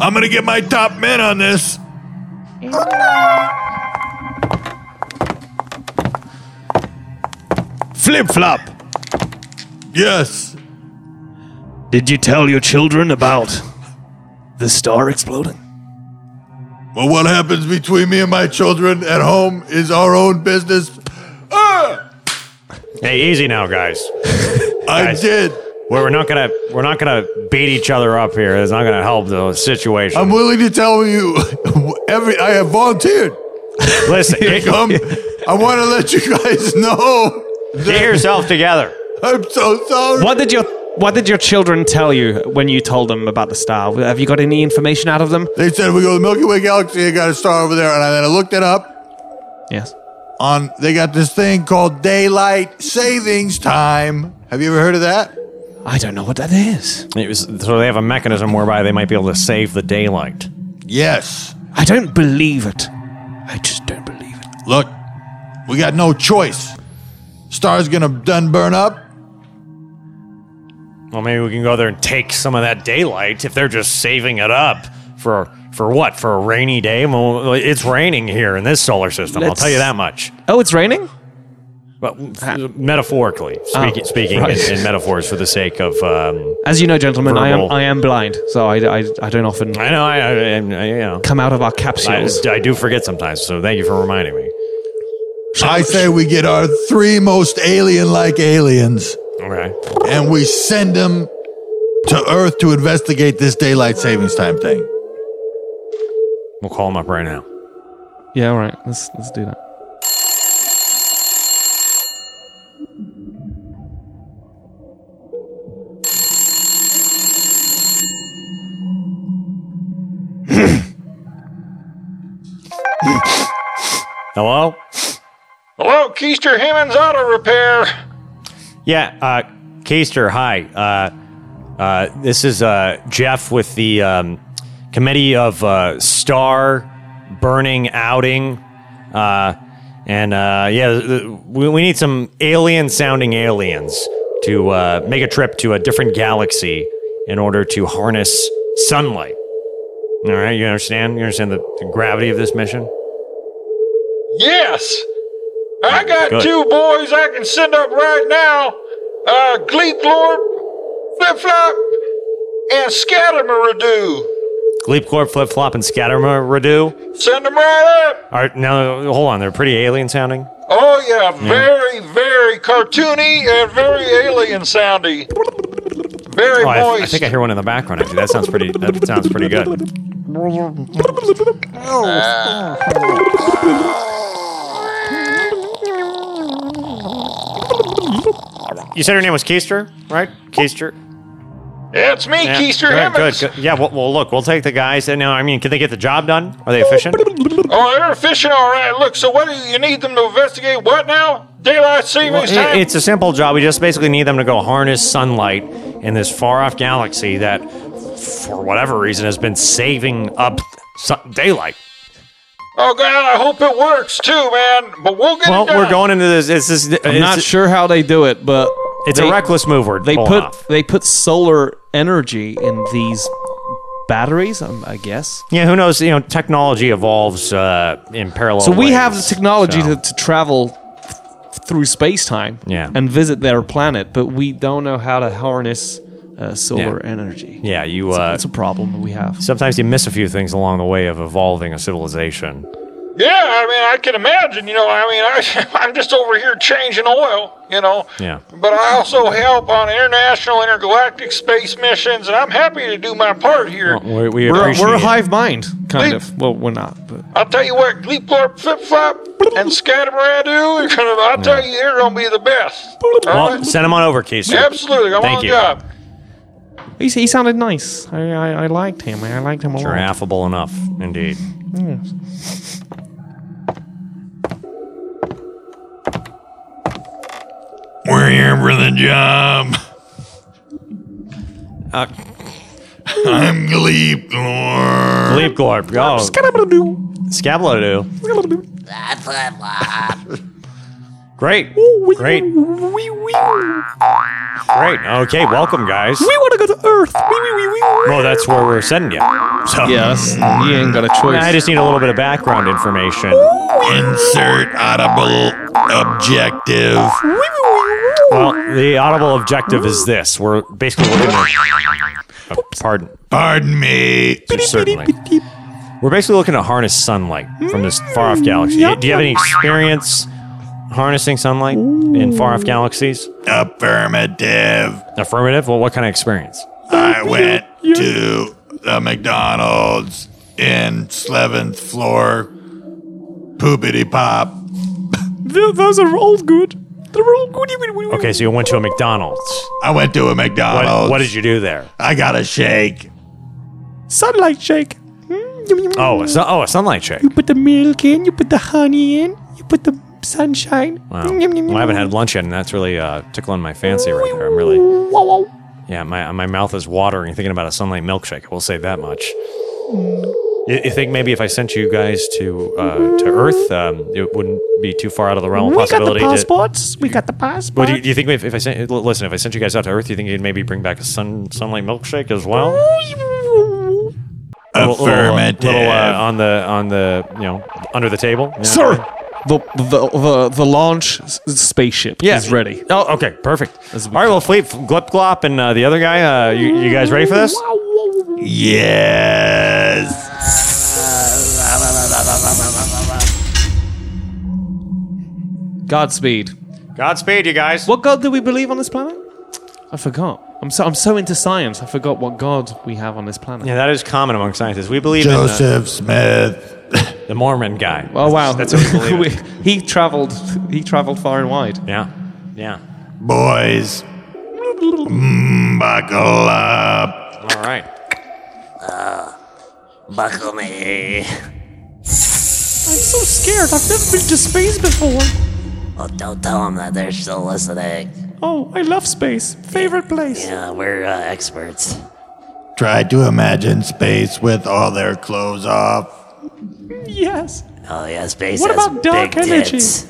O: I'm gonna get my top men on this.
M: Flip flop.
O: Yes.
M: Did you tell your children about the star exploding?
O: Well, what happens between me and my children at home is our own business.
A: Hey, easy now, guys.
O: I
A: did. We're, we're not gonna we're not gonna beat each other up here. It's not gonna help the situation.
O: I'm willing to tell you every. I have volunteered.
A: Listen,
O: Here come. I want to let you guys know.
A: Get yourself together.
O: I'm so sorry.
C: What did your What did your children tell you when you told them about the star? Have you got any information out of them?
O: They said we go to the Milky Way galaxy. I got a star over there, and I, then I looked it up.
C: Yes.
O: On they got this thing called daylight savings time. Have you ever heard of that?
C: I don't know what that is.
A: It was, so they have a mechanism whereby they might be able to save the daylight.
O: Yes.
C: I don't believe it. I just don't believe
O: it. Look, we got no choice. Star's gonna done burn up.
A: Well, maybe we can go there and take some of that daylight if they're just saving it up for for what? For a rainy day? Well, it's raining here in this solar system. I'll
C: Let's-
A: tell you that much.
C: Oh, it's raining.
A: Well, metaphorically speaking, speaking
C: Oh, right.
A: in, in metaphors for the sake of. Um,
C: As you know, gentlemen, I am
A: Verbal.
C: I am blind, so I, I, I don't often.
A: I know. I, I, I you know
C: come out of our
A: I,
C: capsules.
A: I do forget sometimes, so thank you for reminding me.
O: I say we get our three most alien-like aliens,
A: Okay.
O: and we send them to Earth to investigate this daylight savings time thing.
A: We'll call him up right now.
C: Yeah, all right. Let's let's do that.
A: Hello.
Q: Hello, Oh, Keister Hammond's Auto Repair.
A: Yeah, uh, Keister, hi. Uh, uh, this is uh, Jeff with the um, Committee of uh, Star Burning Outing. Uh, and uh, yeah, th- th- we, we need some alien sounding aliens to uh, make a trip to a different galaxy in order to harness sunlight. All right, you understand? You understand the, the gravity of this mission?
Q: Yes. I got
A: Good.
Q: two boys I can send up right now. Uh, Gleep Lord, Flip Flop, and Scatamaradoo.
A: Gleep Corp, Flip Flop, and Scattermaradoo.
Q: Send them right up.
A: Are, now, hold on, they're pretty alien sounding.
Q: Oh, yeah, very, very cartoony and very alien soundy. Very
A: Oh, I, I
Q: moist.
A: think I hear one in the background. Actually, that sounds pretty. That sounds pretty good.
Q: Oh,
A: You said her name was Keister, right? Keister.
Q: Yeah, it's me,
A: Yeah,
Q: Keister
A: good,
Q: Hammond.
A: good, good. Yeah. Well, well, look, we'll take the guys. And now, I mean, can they get the job done? Are they efficient?
Q: Oh, they're fishing all right. Look, so what do you need them to investigate? What now? Daylight savings
A: Well,
Q: time?
A: it- it's a simple job. We just basically need them to go harness sunlight in this far off galaxy that, for whatever reason, has been saving up sun- daylight.
Q: Oh God, I hope it works too, man. But we'll get
A: Well,
Q: it done.
A: we're going into this. It's this
C: I'm
A: it's-
C: not sure how they do it, but
A: It's a reckless move we're
C: They
A: pulling
C: put
A: off.
C: they put solar energy in these batteries. um, I guess.
A: Yeah, who knows? You know, technology evolves uh, in parallel.
C: So we
A: ways.
C: have the technology
A: so-
C: to, to travel th- through space time
A: Yeah.
C: and visit their planet, but we don't know how to harness uh, solar
A: Yeah.
C: energy.
A: Yeah, you. Uh,
C: It's a problem that we have.
A: Sometimes you miss a few things along the way of evolving a civilization.
Q: Yeah, I mean, I can imagine. You know, I mean, I, I'm just over here changing oil. You know,
A: Yeah.
Q: but I also help on international intergalactic space missions, and I'm happy to do my part here.
A: We, we
C: are
A: appreciate
C: we're a
A: it.
C: hive mind, kind of. Well, we're not, but
Q: I'll tell you what, Gleeplorp Flip Flop and Scatamaradu, are gonna, I'll tell you, they're gonna be the best. All
A: Well,
Q: right?
A: send them on over, Casey.
Q: Absolutely, I'm
A: Thank
Q: on
A: you.
Q: the job.
C: he, he sounded nice. I, I, I liked him. I liked him a
A: Sure,
C: lot.
A: affable enough, indeed.
C: Yes.
O: We're here for the job.
A: Uh,
O: I'm Gleep Lord.
A: Leap Glorp. Oh.
C: Scabladoo.
A: Scabladoo. Great. Great. Great. Okay, welcome, guys.
C: We want to go to Earth.
A: Well, that's where we're sending you. So.
C: Yes, you ain't got a choice.
A: I just need a little bit of background information.
O: Insert audible objective.
A: Well, the audible objective is this. We're basically looking at. Oh, pardon.
O: Pardon me.
A: Certainly. We're basically looking to harness sunlight from this far off galaxy. Do you have any experience harnessing sunlight in far off galaxies?
O: Affirmative.
A: Affirmative? Well, what kind of experience?
O: I went to the McDonald's in 11th floor. Poopity pop.
A: Those are all good. They're all good. Okay, so you went to a McDonald's.
O: I went to a McDonald's.
A: What, what did you do there?
O: I got a shake.
R: Sunlight shake. Hmm?
A: Oh, a sun, oh, a sunlight shake.
R: You put the milk in, you put the honey in, you put the sunshine. Hmm,
A: Wow. Well, I haven't had lunch yet, and that's really uh, tickling my fancy right there. I'm really, yeah, my my mouth is watering thinking about a sunlight milkshake. I will say that much. You, you think maybe if I sent you guys to uh, to Earth, um, it wouldn't be too far out of the realm of
R: We got the
A: possibility? to,
R: passports. We got the passports.
A: well, do you, do you think if, if I sent l- listen if I sent you guys out to Earth, do you think you'd maybe bring back a sun sunlight milkshake as well? Little- little, uh,
O: Affirmative.
A: Little, uh, on the on the you know under the table, Yeah.
C: Sir, the, the the the launch s- spaceship
A: Yeah.
C: is ready.
A: Oh, okay, perfect. All right, well, Fleet, Glip Glop, and uh, the other guy, uh, you, you guys ready for this?
O: Yes.
C: Godspeed.
A: Godspeed, you guys.
C: What god do we believe on this planet? I forgot. I'm so I'm so into science. I forgot what god we have on this planet.
A: Yeah, that is common among scientists. We believe
O: Joseph Smith.
A: in uh, the Mormon guy.
C: Oh wow,
A: That's what we believe. in.
C: he traveled. He traveled far and wide.
A: Yeah, yeah.
O: Boys, mm, buckle up.
A: All right.
S: Uh, Buckle me.
R: I'm so scared. I've never been to space before.
S: Well, Oh, don't tell them that they're still listening.
R: Oh, I love space. Favorite place.
S: Yeah, we're uh, experts.
O: Try to imagine space with all their clothes off.
R: Yes.
S: Oh yeah, space
R: what
S: has
R: about dark
S: big
R: energy?
S: tits.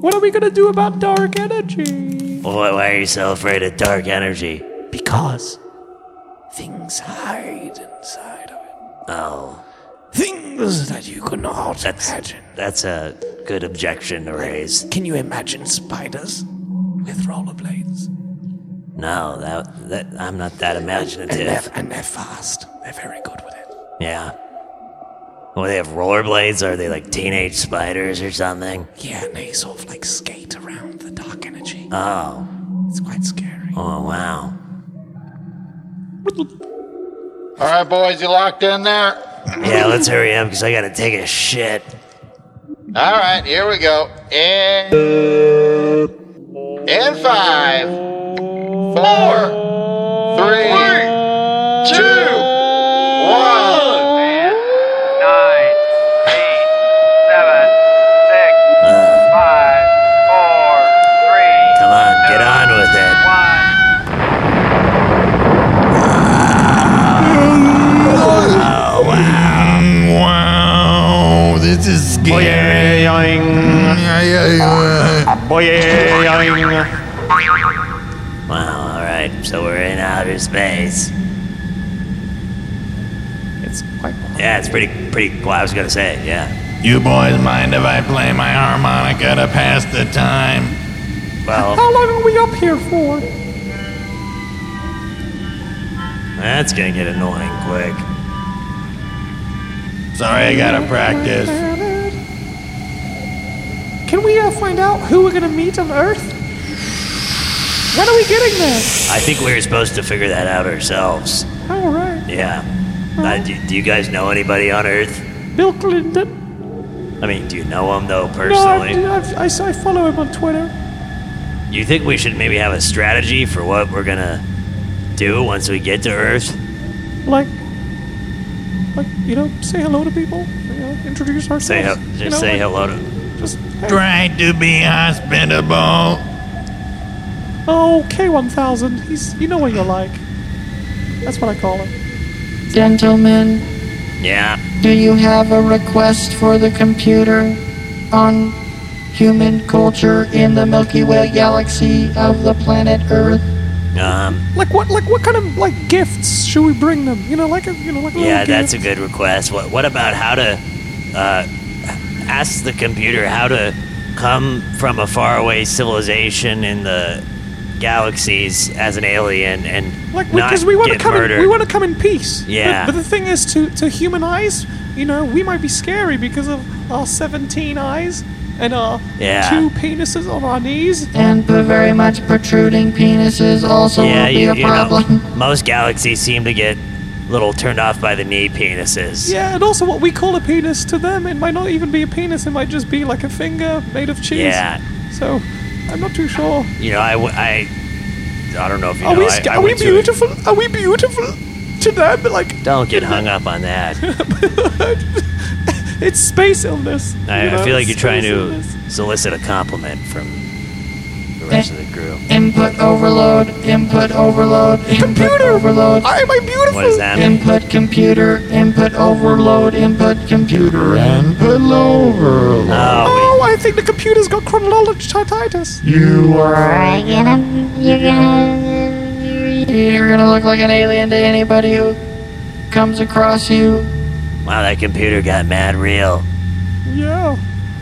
R: What are we gonna do about dark energy?
S: Why, why are you so afraid of dark energy?
R: Because things hide inside of it.
S: Oh,
R: Things that you could not
S: That's-
R: imagine.
S: that's a good objection to raise.
R: Can you imagine spiders with rollerblades?
S: No, that, that I'm not that
R: And
S: imaginative.
R: they're, and they're fast. They're very good with it.
S: Yeah. Well, they have rollerblades. Are they like teenage spiders or something?
R: Yeah, and they sort of like skate around the dark energy.
S: Oh.
R: It's quite scary.
S: Oh wow.
G: All right, boys, you locked in there?
S: Yeah, let's hurry up because I gotta take a shit.
G: All right, here we go. In, in five, four, three, two, one.
F: Nine, eight, seven, six, five, four, three.
S: Come on, get on with it.
O: Oh, wow. Wow. This is scary.
S: Wow. All right. So we're in outer space.
C: It's quite.
S: Yeah, it's pretty pretty. Well, I was gonna say, yeah.
O: You boys mind if I play my harmonica to pass the time?
S: Well,
R: How long are we up here for?
S: that's gonna get annoying quick.
O: Sorry, I gotta practice.
R: Can we uh, find out who we're gonna meet on Earth? When are we getting there?
S: I think we were supposed to figure that out ourselves.
R: All right,
S: Yeah. Uh, do, do you guys know anybody on Earth?
R: Bill Clinton.
S: I mean, do you know him though
R: No,
S: personally?
R: I, I, I, I follow him on Twitter.
S: You think we should maybe have a strategy for what we're gonna do once we get to Earth?
R: Like, like you know, say hello to people. You know, introduce ourselves.
S: Say he-
R: you
S: just
R: know,
S: say
R: like,
S: hello to.
R: Just hey.
O: Try to be hospitable.
R: Oh, K1000. He's you know what you're like. That's what I call him.
B: Gentlemen,
S: Yeah.
B: do you have a request for the computer on human culture in the Milky Way galaxy of the planet Earth?
S: Um.
R: Like what? Like what kind of like gifts should we bring them? You know, like a you know like a
S: Yeah,
R: little
S: that's a
R: gift.
S: good request. What What about how to uh, ask the computer how to come from a faraway civilization in the galaxies as an alien and
R: Like,
S: not
R: because we want to
S: get
R: come, in,
S: murdered.
R: we want to come in peace. But-
S: Yeah.
R: But, the thing is, to to human eyes, you know, we might be scary because of our seventeen eyes and our
S: Yeah.
R: two penises on our knees.
B: And the very much protruding penises also
S: yeah,
B: will be
S: you,
B: a
S: you
B: problem.
S: know, most galaxies seem to get a little turned off by the knee penises.
R: Yeah, and also what we call a penis to them, it might not even be a penis. It might just be like a finger made of cheese.
S: Yeah.
R: So, I'm not too sure.
S: You know, I, w- I, I don't know if you
R: are
S: know.
R: we
S: I,
R: sc-
S: I
R: are we
S: went to a-
R: beautiful? Are we beautiful to them? Like,
S: Don't get hung up on that.
R: it's space illness.
S: I,
R: you
S: I
R: know,
S: feel like
R: it's
S: you're trying
R: space
S: to
R: illness.
S: solicit a compliment from the rest of the group.
B: Input overload, input overload, input overload. I am I beautiful?
S: What does that mean?
B: Input computer, input overload, input computer, input overload.
R: Oh, I think the computer's got chronologitis.
B: You are gonna, you're gonna, you're gonna look like an alien to anybody who comes across you.
S: Wow, that computer got mad real.
R: Yeah.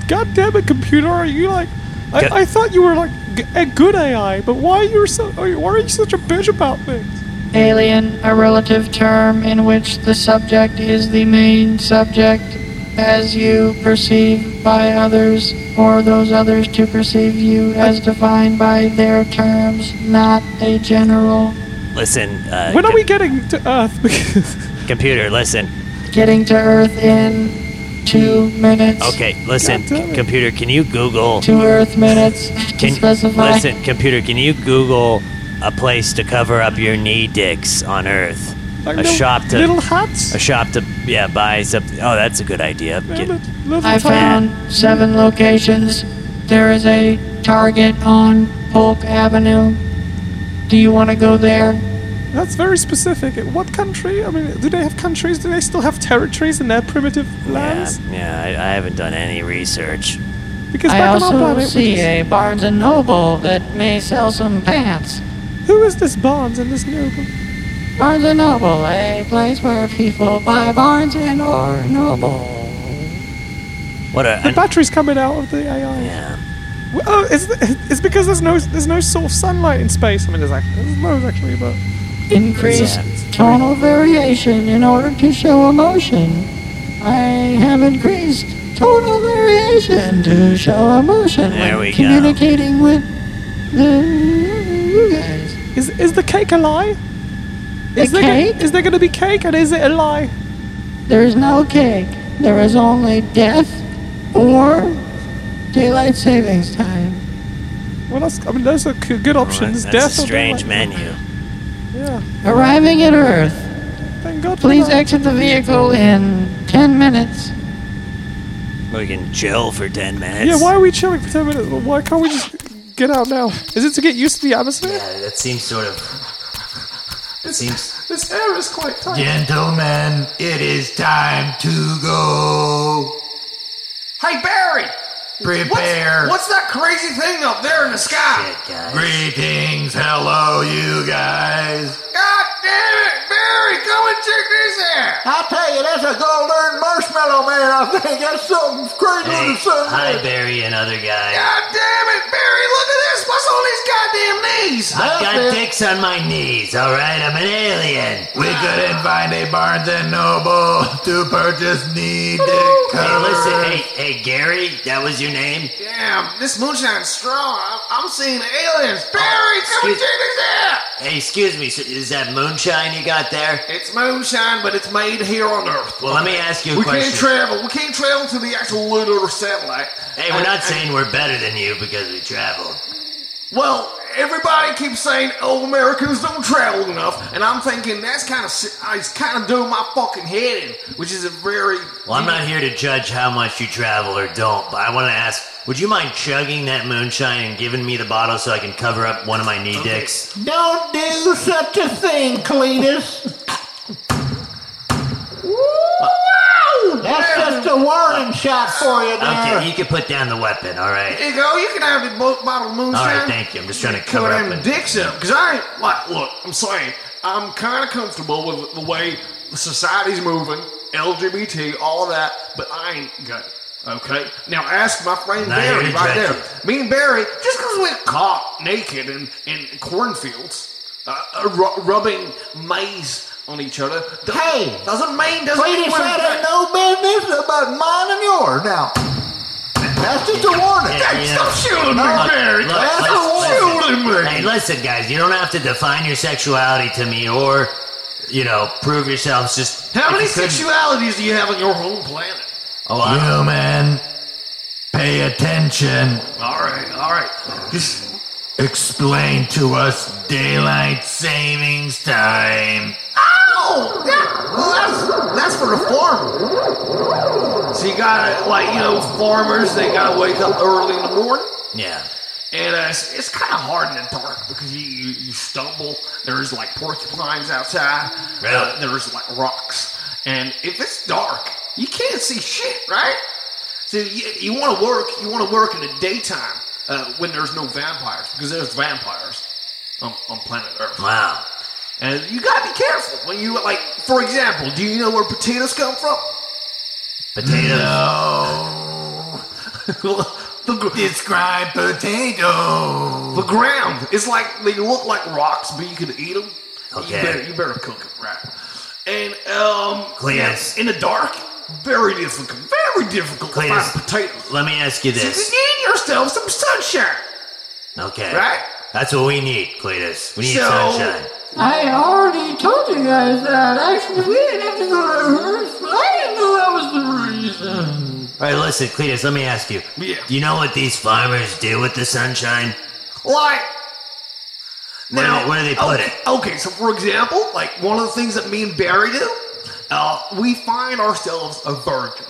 R: God damn it, computer! Are you like?
S: Go-
R: I, I thought you were like g- a good AI, but why are you so? Are you, why are you such a bitch about things?
B: Alien, a relative term in which the subject is the main subject as you perceive by others or those others to perceive you as defined by their terms, not a general.
S: Listen, uh,
R: When are we getting to Earth?
S: computer, listen.
B: Getting to Earth in two minutes.
S: Okay, listen, c- computer, can you Google?
B: Two Earth minutes to
S: Can,
B: specify.
S: listen, computer, can you Google a place to cover up your knee dicks on Earth?
R: Like
S: a
R: little-
S: shop to
R: little huts?
S: A shop to yeah buy something. Oh, that's a good idea. Get- uh,
B: I found seven locations. There is a Target on Polk Avenue. Do you want to go there?
R: That's very specific. What country? I mean, do they have countries? Do they still have territories in their primitive
S: yeah,
R: lands?
S: yeah I, I haven't done any research.
R: Because
B: I
R: back on our
B: also
R: planet, we
B: see
R: just-
B: a Barnes and Noble that may sell some pants.
R: Who is this Barnes and this Noble?
B: Barnes and Noble, a place where people buy Barnes and or Noble.
S: What a
R: The battery's coming out of the AI.
S: Yeah.
R: Oh, it's, it's because there's no there's no source sunlight in space. I mean, there's like there's loads actually, but
B: Increased tonal variation in order to show emotion. I have increased tonal variation to show emotion
S: There we
B: when
S: go.
B: communicating with the you guys.
R: Is is the cake a lie?
B: The
R: is there
B: cake?
R: Gonna, is there going to be cake, and is it a lie?
B: There is no cake. There is only death or daylight savings time.
R: Well, that's I mean, those are c- good options.
S: That's
R: Death
S: a
R: or
S: strange
R: daylight.
S: menu.
R: Yeah.
B: Arriving at Earth.
R: Thank God. for
B: Please
R: that.
B: exit the vehicle in 10 minutes.
S: We can chill for ten minutes.
R: Yeah. Why are we chilling for ten minutes? Why can't we just get out now? Is it to get used to the atmosphere?
S: That seems sort of. It seems.
R: This air is quite tight.
Q: Gentlemen, it is time to go.
T: Hey, Barry!
Q: Prepare.
T: What's, what's that crazy thing up there in the sky?
Q: Greetings, hello, you guys.
T: God damn it, Barry! Come and check this out!
Q: I tell you, that's a golden marshmallow man. I think that's something crazy to something.
S: Hi, Barry and other guy.
T: God damn it, Barry! Look at this! What's on these goddamn knees?
Q: I've got Nothing.
S: dicks on my knees. All right, I'm an alien.
Q: We couldn't find a Barnes and Noble to purchase knee dick
S: Hey, listen,
Q: covers.
S: hey, hey, Gary, that was your name.
T: Damn, this moonshine's strong. I'm, I'm seeing aliens. Barry, come and
S: Oh, excuse-
T: check this out!
S: Hey, excuse me, s- is that moonshine you got there?
T: It's moonshine, but it's made here on Earth.
S: Well, let me ask you a
T: we
S: question.
T: can't travel. We can't travel to the actual lunar satellite.
S: Hey, we're not saying we're better than you because we traveled.
T: Well, everybody keeps saying, "Oh, Americans don't travel enough," and I'm thinking that's kind of it's kind of doing my fucking head in, which is a very
S: Well, I'm not here to judge how much you travel or don't, but I want to ask would you mind chugging that moonshine and giving me the bottle so I can cover up one of my knee dicks?
F: Don't do such a thing, Cletus. Woo! That's just a warning shot for you
T: Ah.
F: there.
S: Okay, you can put down the weapon, all right?
T: Here you go. You can have the bo- bottle of
S: All
T: moonshine.
S: right, thank you. I'm just trying to cover
T: cover
S: up.
T: them
S: and-
T: dicks up because I ain't like look. I'm saying I'm kind of comfortable with the way society's moving, LGBT, all that, but I ain't got. Okay. Now ask my friend
S: Now
T: Barry
S: you're
T: right there.
S: rejected.
T: Me and Barry, just because we're caught naked in, in cornfields, uh, uh, ru- rubbing maize on each other, do-
O: Hey,
T: doesn't mean doesn't
O: Ladies,
T: mean we're
O: that
T: right.
O: ain't no business about mine and yours. Now, that's just a warning. Hey, stop shooting me, Barry. That's a warning.
S: Hey, listen, guys, you don't have to define your sexuality to me or, you know, prove yourselves. Just
T: How
S: if
T: many
S: you couldn't-
T: sexualities do you have on your home planet?
S: Oh, I don't-
O: Human, pay attention.
T: All right, all right. Just
O: Explain to us
S: Daylight savings time.
F: Ah!
T: Ow! That- well, that's, that's for the farmer. So you gotta, like, you know, farmers, they gotta wake up early in the morning.
S: Yeah.
T: And uh, it's, it's kind of hard in the dark because you, you, you stumble. There's like porcupines outside. Uh, there's like rocks. And if it's dark, you can't see shit, right? So you, you want to work. You want to work in the daytime uh, when there's no vampires because there's vampires on, on planet Earth.
S: Wow.
T: And you gotta be careful when you like. For example, do you know where potatoes come from?
S: Potatoes.
T: the, Describe potato. The ground. It's like they look like rocks, but you can eat them.
S: Okay.
T: You better, you better cook them, right? And um,
S: Cletus.
T: yeah, in the dark, very difficult. Very difficult. to
S: Cletus,
T: find potatoes.
S: Let me ask you
T: So
S: this.
T: you need yourself some sunshine,
S: Okay.
T: right?
S: That's what we need, Cletus. We need
T: So-
S: sunshine.
F: I already told you guys that. Actually, we didn't have to go to rehearsal. I didn't know that was the reason.
S: All right, listen, Cletus, let me ask you.
T: Yeah.
S: Do you know what these farmers do with the sunshine?
T: Like
S: Where do they- where do they put
T: okay, Okay, so for example, like one of the things that me and Barry do, uh, we find ourselves a virgin.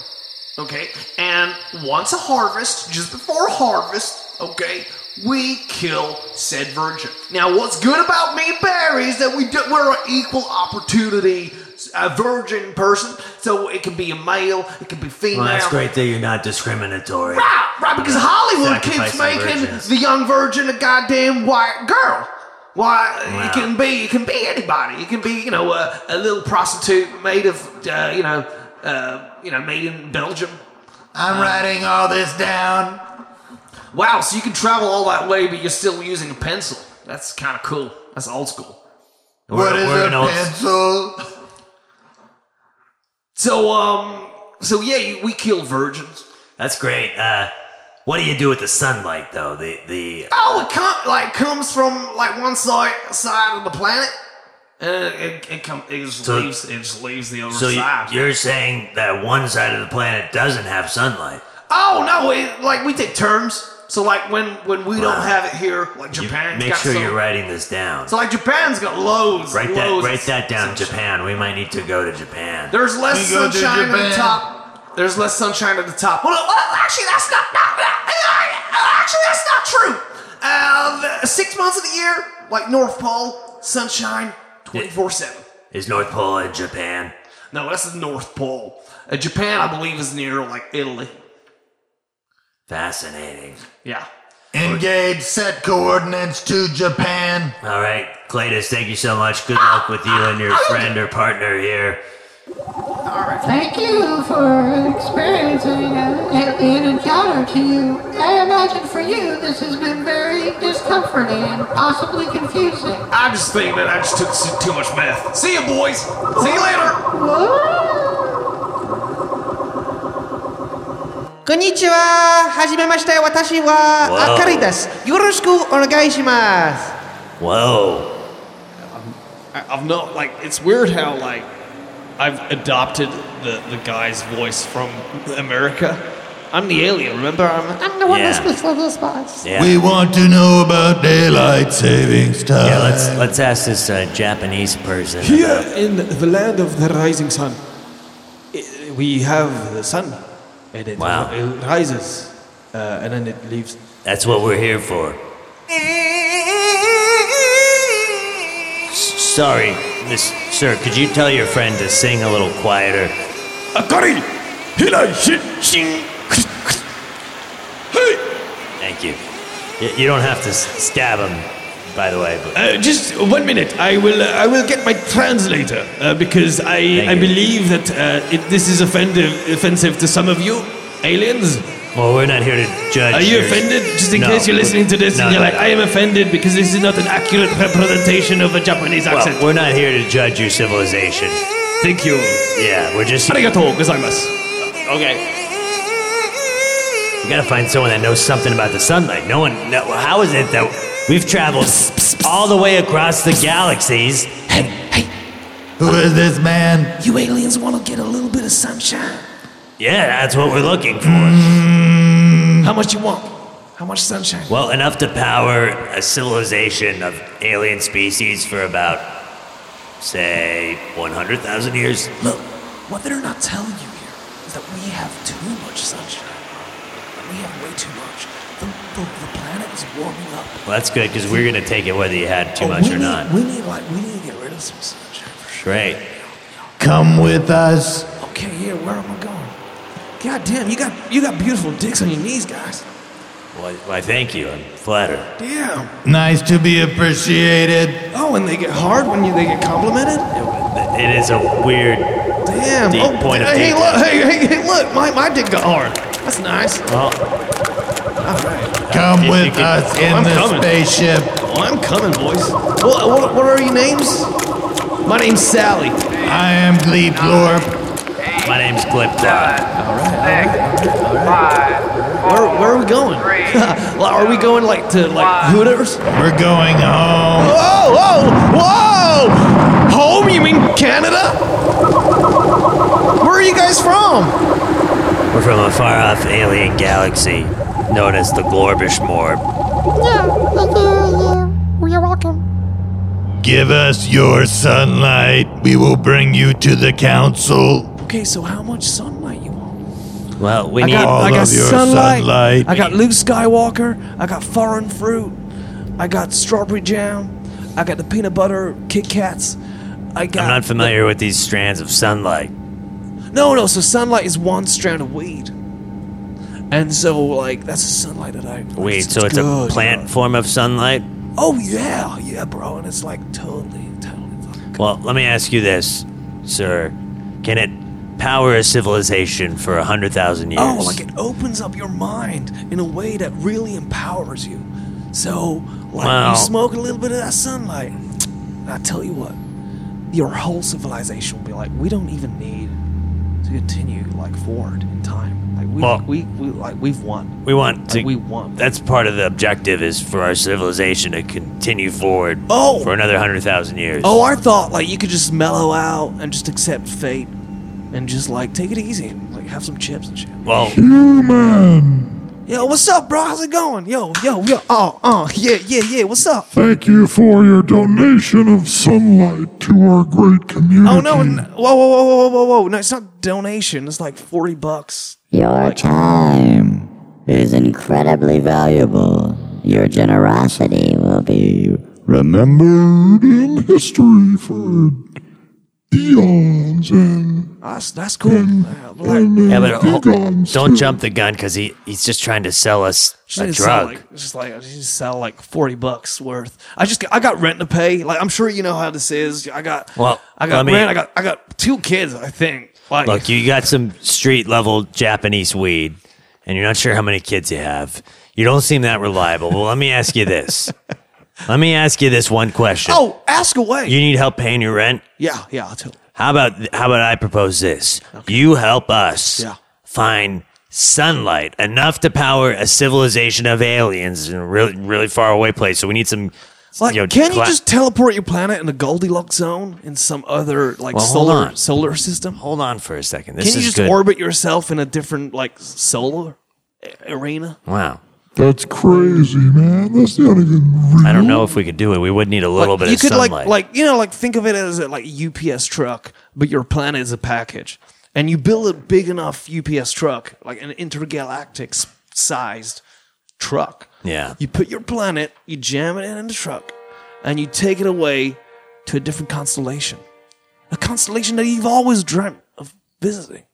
T: Okay, and once a harvest, just before harvest, okay, we kill said virgin. Now, what's good about me and Barry is that we do, we're an equal opportunity uh virgin person, so it can be a male, it can be female.
S: Well, that's great that you're not discriminatory.
T: Right, right, because Hollywood keeps
S: Sacrificing
T: making
S: virgins.
T: the young virgin a goddamn white girl. Why
S: Wow.
T: it can be, it can be anybody. It can be, you know, a, a little prostitute made of, uh, you know, uh, you know, made in Belgium. Uh,
O: I'm writing all this down.
T: Wow, so you can travel all that way, but you're still using a pencil. That's kind of cool. That's old school.
O: What is a pencil?
T: So, um, so yeah, you, we kill virgins.
S: That's great. Uh, what do you do with the sunlight, though? The the
T: Oh, it come, like comes from like one side side of the planet, and Uh, it it, come, it just
S: So-
T: leaves it just leaves the other
S: so you,
T: side.
S: you're saying that one side of the planet doesn't have sunlight?
T: Oh no! It, like we take turns. So like when when we don't have it here, like Japan.
S: Make
T: got
S: sure
T: some.
S: you're writing this down.
T: So like Japan's got loads.
S: write that
T: loads.
S: write that down. Japan. We might need to go to Japan.
T: There's less sunshine at the top. There's less sunshine at the top. Well, uh, actually, that's not. not, not- uh, actually, that's not true. Uh, the six months of the year, like North Pole, sunshine, twenty four seven.
S: Is North Pole in Japan?
T: No, that's the North Pole. Uh, Japan, I believe, is near like Italy.
S: Fascinating.
T: Yeah.
O: Engage set coordinates to Japan.
S: All right, Cletus. Thank you so much. Good luck with you and your friend or partner here.
F: Thank you for experiencing an alien encounter to you. I imagine for you this has been very discomforting and possibly confusing.
T: I just think that I just took s- too much meth. See ya, boys. See you later.
M: Konnichiwa! Hajimemashite, watashi wa
S: Wow.
M: Akari desu. Yoroshiku onegai shimasu.
S: Whoa.
K: I, I've not like it's weird how like I've adopted the the guy's voice from America. I'm the alien, remember? I'm, I'm the
M: one that
K: speaks
M: like this box.
O: We want to know about daylight savings time.
S: Yeah, let's let's ask this uh, Japanese person.
E: Here in the land of the rising sun, i- we have the sun, and it,
S: Wow.
E: it rises, uh, and then it leaves.
S: That's what we're here for. S- Sorry, Miss Sir. Could you tell your friend to sing a little quieter?
E: Akari, Hila, Shin, Shin.
S: Thank you. Y- you don't have to s- stab him, by the way. But
E: Uh, just one minute. I will. Uh, I will get my translator uh, because I, I believe that uh, it, this is offensive, offensive to some of you. Aliens?
S: Well, we're not here to judge.
E: Are you
S: your-
E: offended? Just in
S: No.
E: case you're listening to this
S: No,
E: and you're
S: no,
E: like,
S: no.
E: I am offended because this is not an accurate representation of a Japanese
S: Well,
E: accent.
S: we're not here to judge your civilization.
E: Thank you.
S: Yeah, we're just.
E: Arigato gozaimasu.
S: Okay. We gotta find someone that knows something about the sunlight. No one. No, how is it that we've traveled all the way across the galaxies? Hey, hey.
U: Who is this man?
M: You aliens want to get a little bit of sunshine?
S: Yeah, that's what we're looking for.
E: Mm.
U: Hmm.
E: How much you want? How much sunshine?
S: Well, enough to power a civilization of alien species for about, say, 100,000 years. Look.
M: What they're not telling you here is that we have too much sunshine. We have way too much. The, the, the planet is warming up.
S: Well, that's good because we're gonna take it whether you had
E: Oh,
S: too much
M: we
S: or
M: need,
S: not.
M: We need, like, we need to get rid of some sunshine.
S: Great.
U: Come with us.
M: Okay, here, where am I going? God damn, you got you got beautiful dicks on your knees, guys.
S: Why, why thank you. I'm flattered.
E: Damn.
U: Nice to be appreciated.
E: Oh, and they get hard when you they get complimented?
S: It is a weird
E: Damn.
S: deep
E: oh,
S: point of
E: hey,
S: detail.
E: look, hey, hey, hey, look, my, my dick got hard. That's nice.
S: Well,
U: Come
E: If you
U: with
E: could-
U: us
E: Oh,
U: in
E: I'm
U: the
E: coming.
U: spaceship.
E: Oh, I'm coming, boys. What, what, what are your names? My name's Sally.
U: I am Gleep
S: My name's Clip
E: Where, where are we going? Like, are we going like to like Hooters?
U: We're going home.
E: Whoa, whoa, whoa! Home? You mean Canada? Where are you guys from?
S: We're from a far off alien galaxy known as the Glorbishmore.
F: Yeah, yeah, yeah. We are welcome.
U: Give us your sunlight. We will bring you to the council.
M: Okay, so how much sunlight you want?
S: Well, we
M: I
S: need
M: got, I got sunlight,
U: sunlight.
M: I got Luke Skywalker. I got foreign fruit. I got strawberry jam. I got the peanut butter Kit Kats. I got.
S: I'm not familiar with these strands of sunlight.
M: No, no. So sunlight is one strand of weed, and so like that's the sunlight that I.
S: Wait, so it's
M: good,
S: a plant form of sunlight?
M: Oh yeah, yeah, bro. And it's like totally.
S: Well, let me ask you this, sir. Can it power a civilization for 100,000 years?
M: Oh, like it opens up your mind in a way that really empowers you. So like
S: Wow.
M: you smoke a little bit of that sunlight. and I tell you what, your whole civilization will be like, we don't even need to continue like forward in time. Like we,
S: Well-
M: we, we like we've won.
S: we want to.
M: Like, we want.
S: That's part of the objective is for our civilization to continue forward
M: Oh!
S: for another 100,000 years.
M: Oh, I thought like you could just mellow out and just accept fate and just like take it easy. Like have some chips and shit.
S: Well,
U: Human.
M: Yo, what's up, bro? How's it going? Yo, yo, yo. Oh, uh, yeah, yeah, yeah. What's up?
I: Thank you for your donation of sunlight to our great community.
M: Oh no!
S: Mm-hmm.
M: n- Whoa, whoa, whoa, whoa, whoa, whoa! No, it's not donation. It's like forty bucks.
V: Your time is incredibly valuable. Your generosity will be remembered in history for
I: eons and
M: that's, that's cool.
S: Yeah, but ho- don't jump the gun because he, he's just trying to sell us
M: She
S: a
M: didn't sell,
S: drug.
M: like, it's just like she just sell like forty bucks worth. I just I got rent to pay. Like I'm sure you know how this is. I got
S: Well,
M: I got
S: let me-
M: rent. I got I got two kids. I think. Like
S: Look, you got some street level Japanese weed, and you're not sure how many kids you have. You don't seem that reliable. Well, let me ask you this. let me ask you this one question.
M: oh, ask away.
S: You need help paying your rent?
M: yeah, yeah. I'll tell.
S: How about how about I propose this? You help us
M: Yeah.
S: find sunlight enough to power a civilization of aliens in a really really far away place. So we need some
M: Like,
S: you know,
M: can you
S: cla-
M: just teleport your planet in the Goldilocks zone in some other like
S: Well, hold
M: solar
S: on.
M: solar system?
S: Hold on for a second.
M: Can
S: This
M: you
S: is
M: just
S: good.
M: orbit yourself in a different like solar a- arena?
S: Wow.
I: That's crazy, man. That's not even real.
S: I don't know if we could do it. We would need a little bit
M: you
S: of
M: could
S: sunlight.
M: like like you know like think of it as a, like UPS truck, but your planet is a package, and you build a big enough UPS truck, like an intergalactic s- sized truck.
S: yeah.
M: You put your planet, you jam it in the truck, and you take it away to a different constellation, a constellation that you've always dreamt of visiting.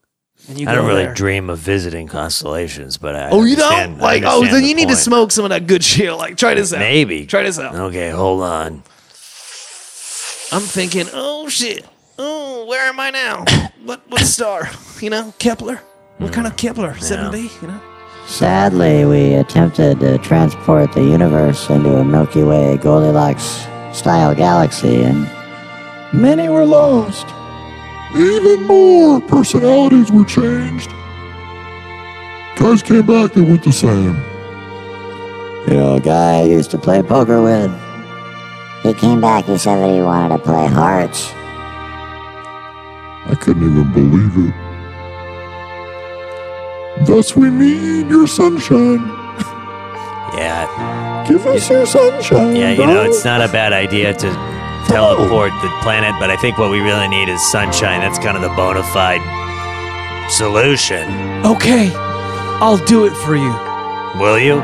M: And you
S: I don't
M: go
S: really
M: there.
S: dream of visiting constellations, but I
M: Oh, you
S: understand-
M: don't
S: I
M: like? Oh,
S: understand
M: then
S: the
M: you need
S: point.
M: to smoke some of that good shit. Like, try this out.
S: Maybe
M: Try this out.
S: Okay, hold on.
M: I'm thinking, oh shit, oh, where am I now? what what star? You know, Kepler. What kind of Kepler? 7B? You know?
V: Sadly, we attempted to transport the universe into a Milky Way Goldilocks style galaxy, and
F: Many were lost. Even more personalities were changed. Guys came back, they went the same.
V: you know, a guy I used to play poker with. he came back. He said that he wanted to play hearts.
F: I couldn't even believe it. Thus, we need your sunshine.
S: Yeah.
F: Give us your sunshine.
S: Yeah, you know, it's not a bad idea to teleport the planet, but I think what we really need is sunshine. That's kind of the bona fide solution.
C: Okay, I'll do it for you.
S: Will you?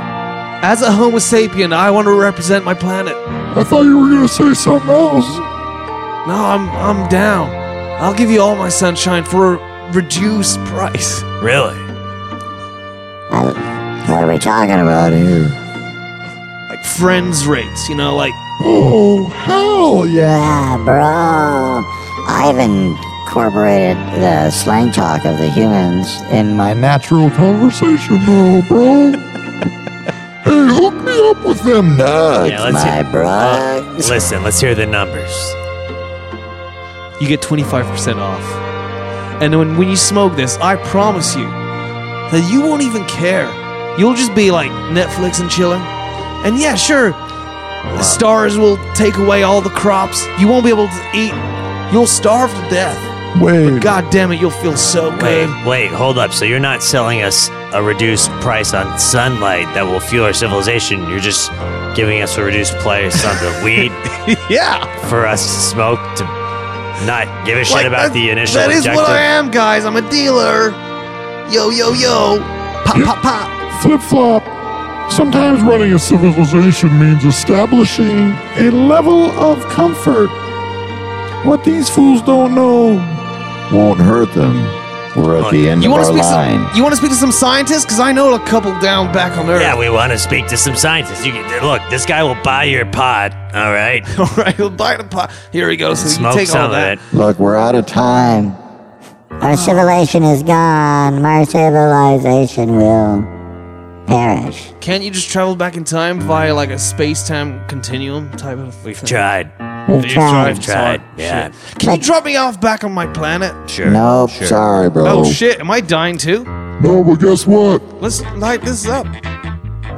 C: As a Homo sapien, I want to represent my planet.
F: I thought you were gonna say something else.
C: No, I'm I'm down. I'll give you all my sunshine for a reduced price.
S: Really?
V: I, what are we talking about here?
C: Like friends rates, you know, like
V: Oh, hell yeah, bro. I've incorporated the slang talk of the humans in my natural conversation now, bro.
F: Hey, hook me up with them nuts,
S: Yeah, let's hear- Uh, Listen, let's hear the numbers.
C: you get 25% off. And when, when you smoke this, I promise you that you won't even care. You'll just be like Netflix and chilling. And yeah, sure, the stars will take away all the crops. You won't be able to eat. You'll starve to death.
F: Wait.
C: But god damn it, you'll feel so good.
S: Wait, hold up. So you're not selling us a reduced price on sunlight that will fuel our civilization. You're just giving us a reduced price on the weed
C: yeah.
S: for us to smoke to not give a shit
C: Like,
S: about
C: that-
S: the initial
C: That is
S: objective.
C: what I am, guys. I'm a dealer. Yo, yo, yo. Pop, pop, pop.
F: Flip flop. Sometimes running a civilization means establishing a level of comfort. What these fools don't know
U: Won't hurt them. We're at the end
C: You
U: of
C: want to
U: our
C: speak?
U: line.
C: Some, you want to speak to some scientists? Because I know a couple down back on Earth.
S: Yeah, we want to speak to some scientists. You can, look, this guy will buy your pod. All right.
C: all right, he'll buy the pot. Here he goes. So
S: Smoke
C: you take
S: some
C: all
S: of
C: that.
S: it.
U: Look, we're out of time.
V: Our civilization is gone. My civilization will perish.
C: Can't you just travel back in time via like a space-time continuum type of? We've
S: tried.
V: We've tried.
C: Sorry.
S: Tried, yeah.
C: Shit. Can you drop me off back on my planet?
S: Sure.
U: Nope. Sorry, bro.
C: Oh shit! Am I dying too?
F: No, but guess what?
C: Let's light this up.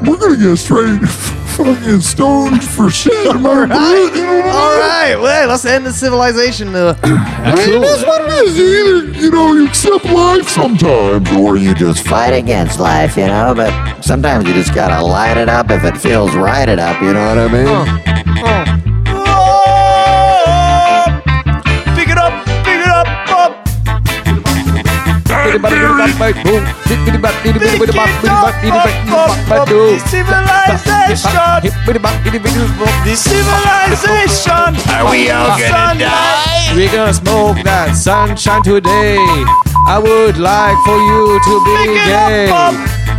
F: We're gonna get straight fucking stoned for shit. Am I right? You know what I mean?
C: All right, well, let's end the civilization. Uh,
F: I mean, that's what it is. You either, you know, you accept life
S: Oh.
F: sometimes, or you just
U: Fight against life, you know, but sometimes you just gotta light it up if it feels right it up, you know what I mean?
S: Pick it up, pick it up, up.
C: civilization.
S: Are we all gonna die?
C: We're gonna smoke that sunshine today. I would like for you to be gay.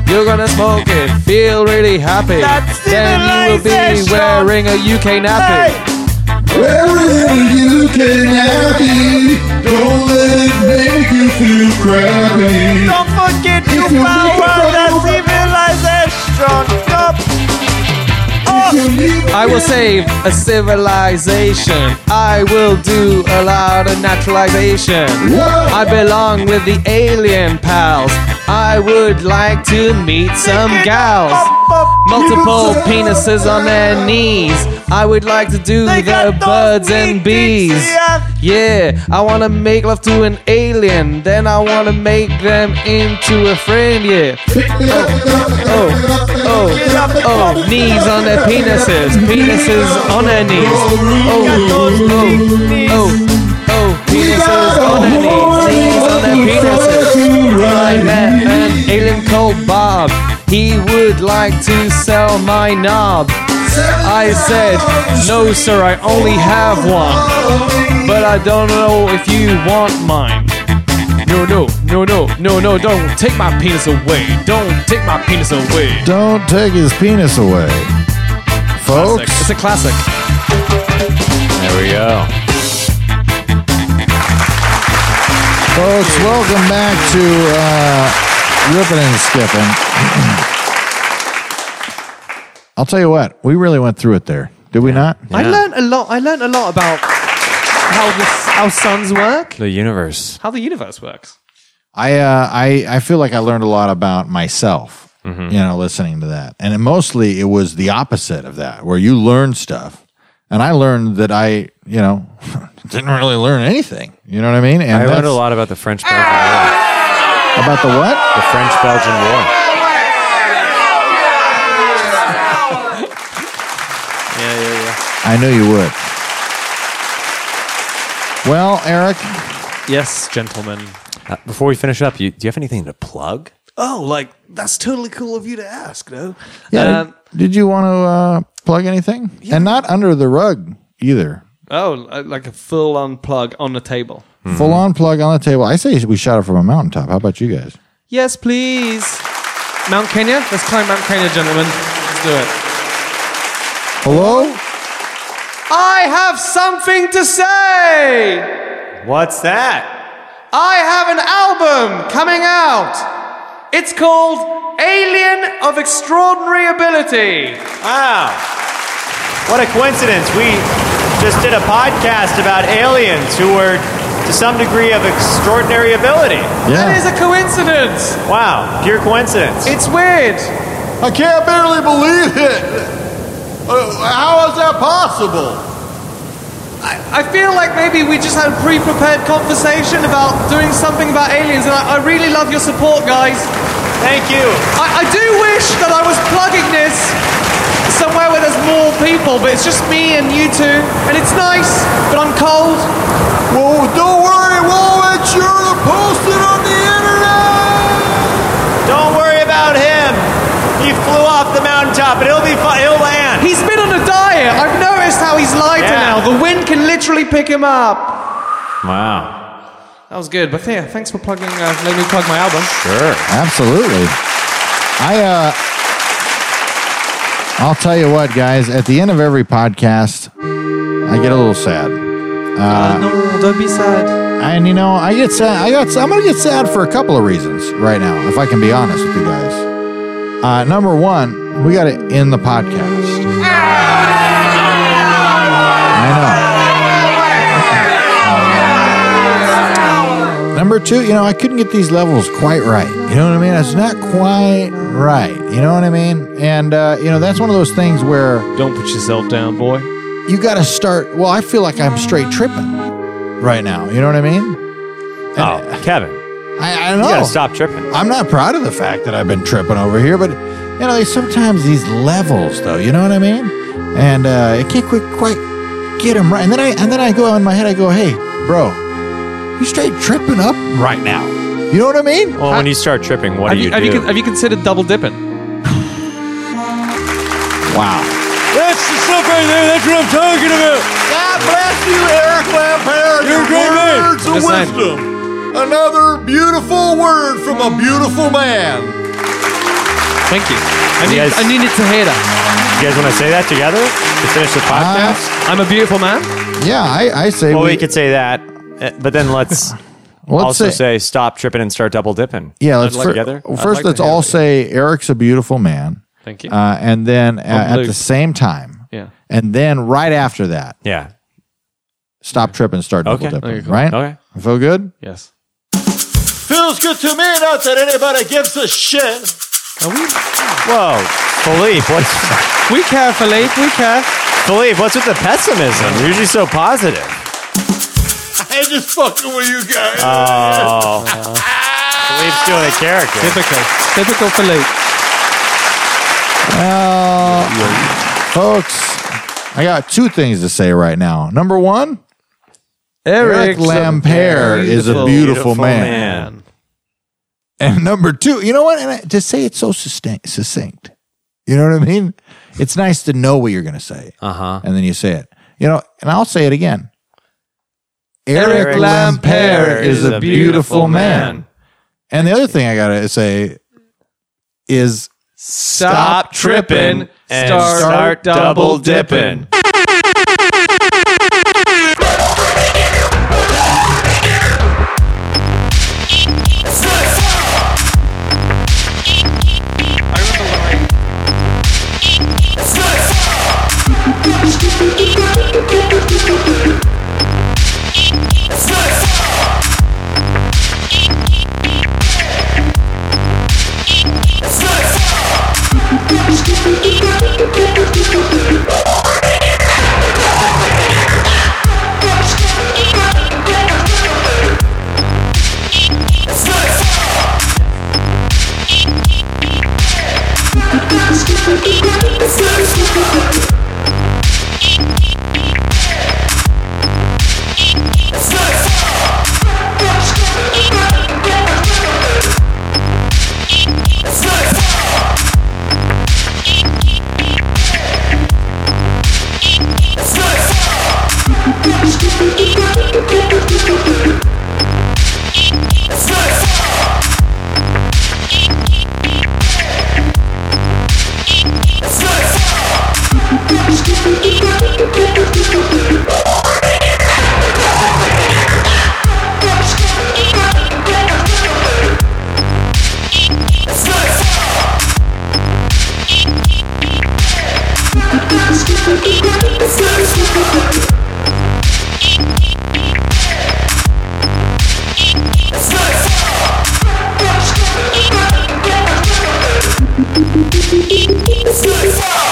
C: You're gonna smoke it, feel really happy. then you will be wearing a UK nappy.
F: Wherever you can happy, don't let it make you feel crappy.
S: Don't forget
F: you power that civilization
S: up.
C: I will save a civilization. I will do a lot of naturalization. I belong with the alien pals. I would like to meet some gals. Multiple penises on their knees. I would like to do the birds and bees. Yeah, I wanna make love to an alien. Then I wanna make them into a friend, yeah. Oh, oh, oh, oh, knees on their penises, penises on their knees. Oh, oh, oh, oh, penises on their knees, knees on their penises. I met an alien called Bob. He would like to sell my knob. I said, no, sir, I only have one. But I don't know if you want mine. No, no, no, no, no, no, don't take my penis away. Don't take my penis away.
G: Don't take his penis away.
C: Folks. It's a classic.
A: There we go.
G: Folks, welcome back to uh, ripping and skipping. I'll tell you what, we really went through it there, did we not?
C: I learned a lot. I learned a lot about how this, how suns work,
A: The universe.
C: how the universe works.
G: I uh, I I feel like I learned a lot about myself,
A: Mm-hmm.
G: you know, listening to that, and it, mostly it was the opposite of that, where you learn stuff, and I learned that I, you know, didn't really learn anything. You know what I mean? And
A: I learned a
G: that's-
A: lot about the French Belgian War.
G: About the what?
A: The French Belgian War.
C: Yeah, yeah, yeah.
G: I knew you would. Well, Eric.
C: Yes, gentlemen.
A: Uh, before we finish up, you, do you have anything to plug?
W: Oh, like that's totally cool of you to ask, though.
G: Yeah.
C: Um,
G: did, did you want to uh, plug anything? And not under the rug either.
C: Oh, uh, like a full on plug on the table.
A: Mm-hmm.
G: Full on plug on the table. I say we shot it from a mountaintop. How about you guys?
C: Yes, please. Mount Kenya. Let's climb Mount Kenya, gentlemen. Let's do it.
G: Hello?
C: I have something to say.
A: What's that?
C: I have an album coming out. It's called Alien of Extraordinary Ability.
A: Wow. What a coincidence. We just did a podcast about aliens who were to some degree of extraordinary ability.
C: That is a coincidence.
A: Wow, pure coincidence.
C: It's weird.
G: I can't barely believe it. Uh, how is that possible?
C: I feel like maybe we just had a pre prepared conversation about doing something about aliens, and I, I really love your support, guys.
A: Thank you.
C: I, I do wish that I was plugging this somewhere where there's more people, but it's just me and you two, and it's nice, but I'm cold.
G: Well, don't worry, we'll make sure to post it on the
A: Don't worry about him. He flew off the mountaintop, and he'll be fi- he'll land.
C: He's been on a diet. I've noticed how he's lighter
A: Yeah.
C: now. The wind can literally pick him up.
A: Wow.
C: That was good, but yeah, thanks for plugging. Uh, letting me plug my album.
A: Sure.
G: Absolutely. I uh I'll tell you what, guys, at the end of every podcast, I get a little sad. Uh,
C: no, don't be sad.
G: And you know, I get sad. I got. I'm gonna get sad for a couple of reasons right now, if I can be honest with you guys. Uh, number one, we got to end the podcast. Number two, you know, I couldn't get these levels quite right. You know what I mean? It's not quite right. You know what I mean? And, uh, you know, that's one of those things where.
C: Don't put yourself down, boy.
G: You got to start. Well, I feel like I'm straight tripping right now. You know what I mean?
A: Oh, Kevin.
G: I, I don't know.
A: You gotta stop tripping.
G: I'm not proud of the fact that I've been tripping over here, but, you know, they sometimes these levels, though. You know what I mean? And uh, I can't quite, quite get them right. And then I and then I go in my head. I go, hey, bro, you straight tripping up right now. You know what I mean?
A: Well, Oh, when you start tripping, what
C: have
A: do you,
C: have
A: do?
C: You, con- have you considered double dipping?
G: Wow.
F: That's the stuff right there. That's what I'm talking about.
G: God bless you, Eric Lampard.
F: You're a great man.
Q: Words of
F: Yes, I-
Q: wisdom. Another beautiful word from a beautiful man.
C: Thank you. I,
A: You
C: need,
A: guys-
C: I needed to hear that.
A: You guys want to say that together to finish the podcast?
C: I'm a beautiful man.
G: Uh, Yeah, I, I say.
A: Well, we, could say that, uh, but then let's,
G: Let's
A: also
G: say-
A: say, stop tripping and start double dipping.
G: Yeah, let's
A: I'd like
G: fir-
A: together.
G: well, first let's all say Eric's a beautiful man.
C: Thank
A: you.
G: Uh, and then uh,
A: I'm
G: at
A: Luke.
G: the same time.
A: Yeah.
G: And then right after that,
A: Yeah.
G: stop tripping, start double
A: Okay.
G: dipping.
A: Okay, cool.
G: Right?
A: Okay.
G: You feel good?
C: Yes.
Q: Feels good to me not that anybody gives a shit.
C: Are we?
A: Whoa, Philippe, what's
C: we care, Philippe? We care.
A: Philippe, what's with the pessimism? You're usually so positive.
Q: I just fucking with you guys.
A: Oh, Philippe's doing a character.
C: Typical, typical Philippe.
G: Well, folks, I got two things to say right now. Number one, Eric,
C: Eric
G: Lampere is a beautiful, man. And number two, you know what? And I, to say it's so succinct, succinct, you know what I mean? It's nice to know what you're going to say.
A: Uh huh.
G: and then you say it. You know, and I'll say it again.
C: Eric
G: Eric Lampere
C: Lampere
G: is
C: is
G: a
C: a
G: beautiful
C: beautiful
G: man.
C: man.
G: And the other thing I gotta say is
C: Stop tripping and start double dipping.
X: Stop
F: It's good.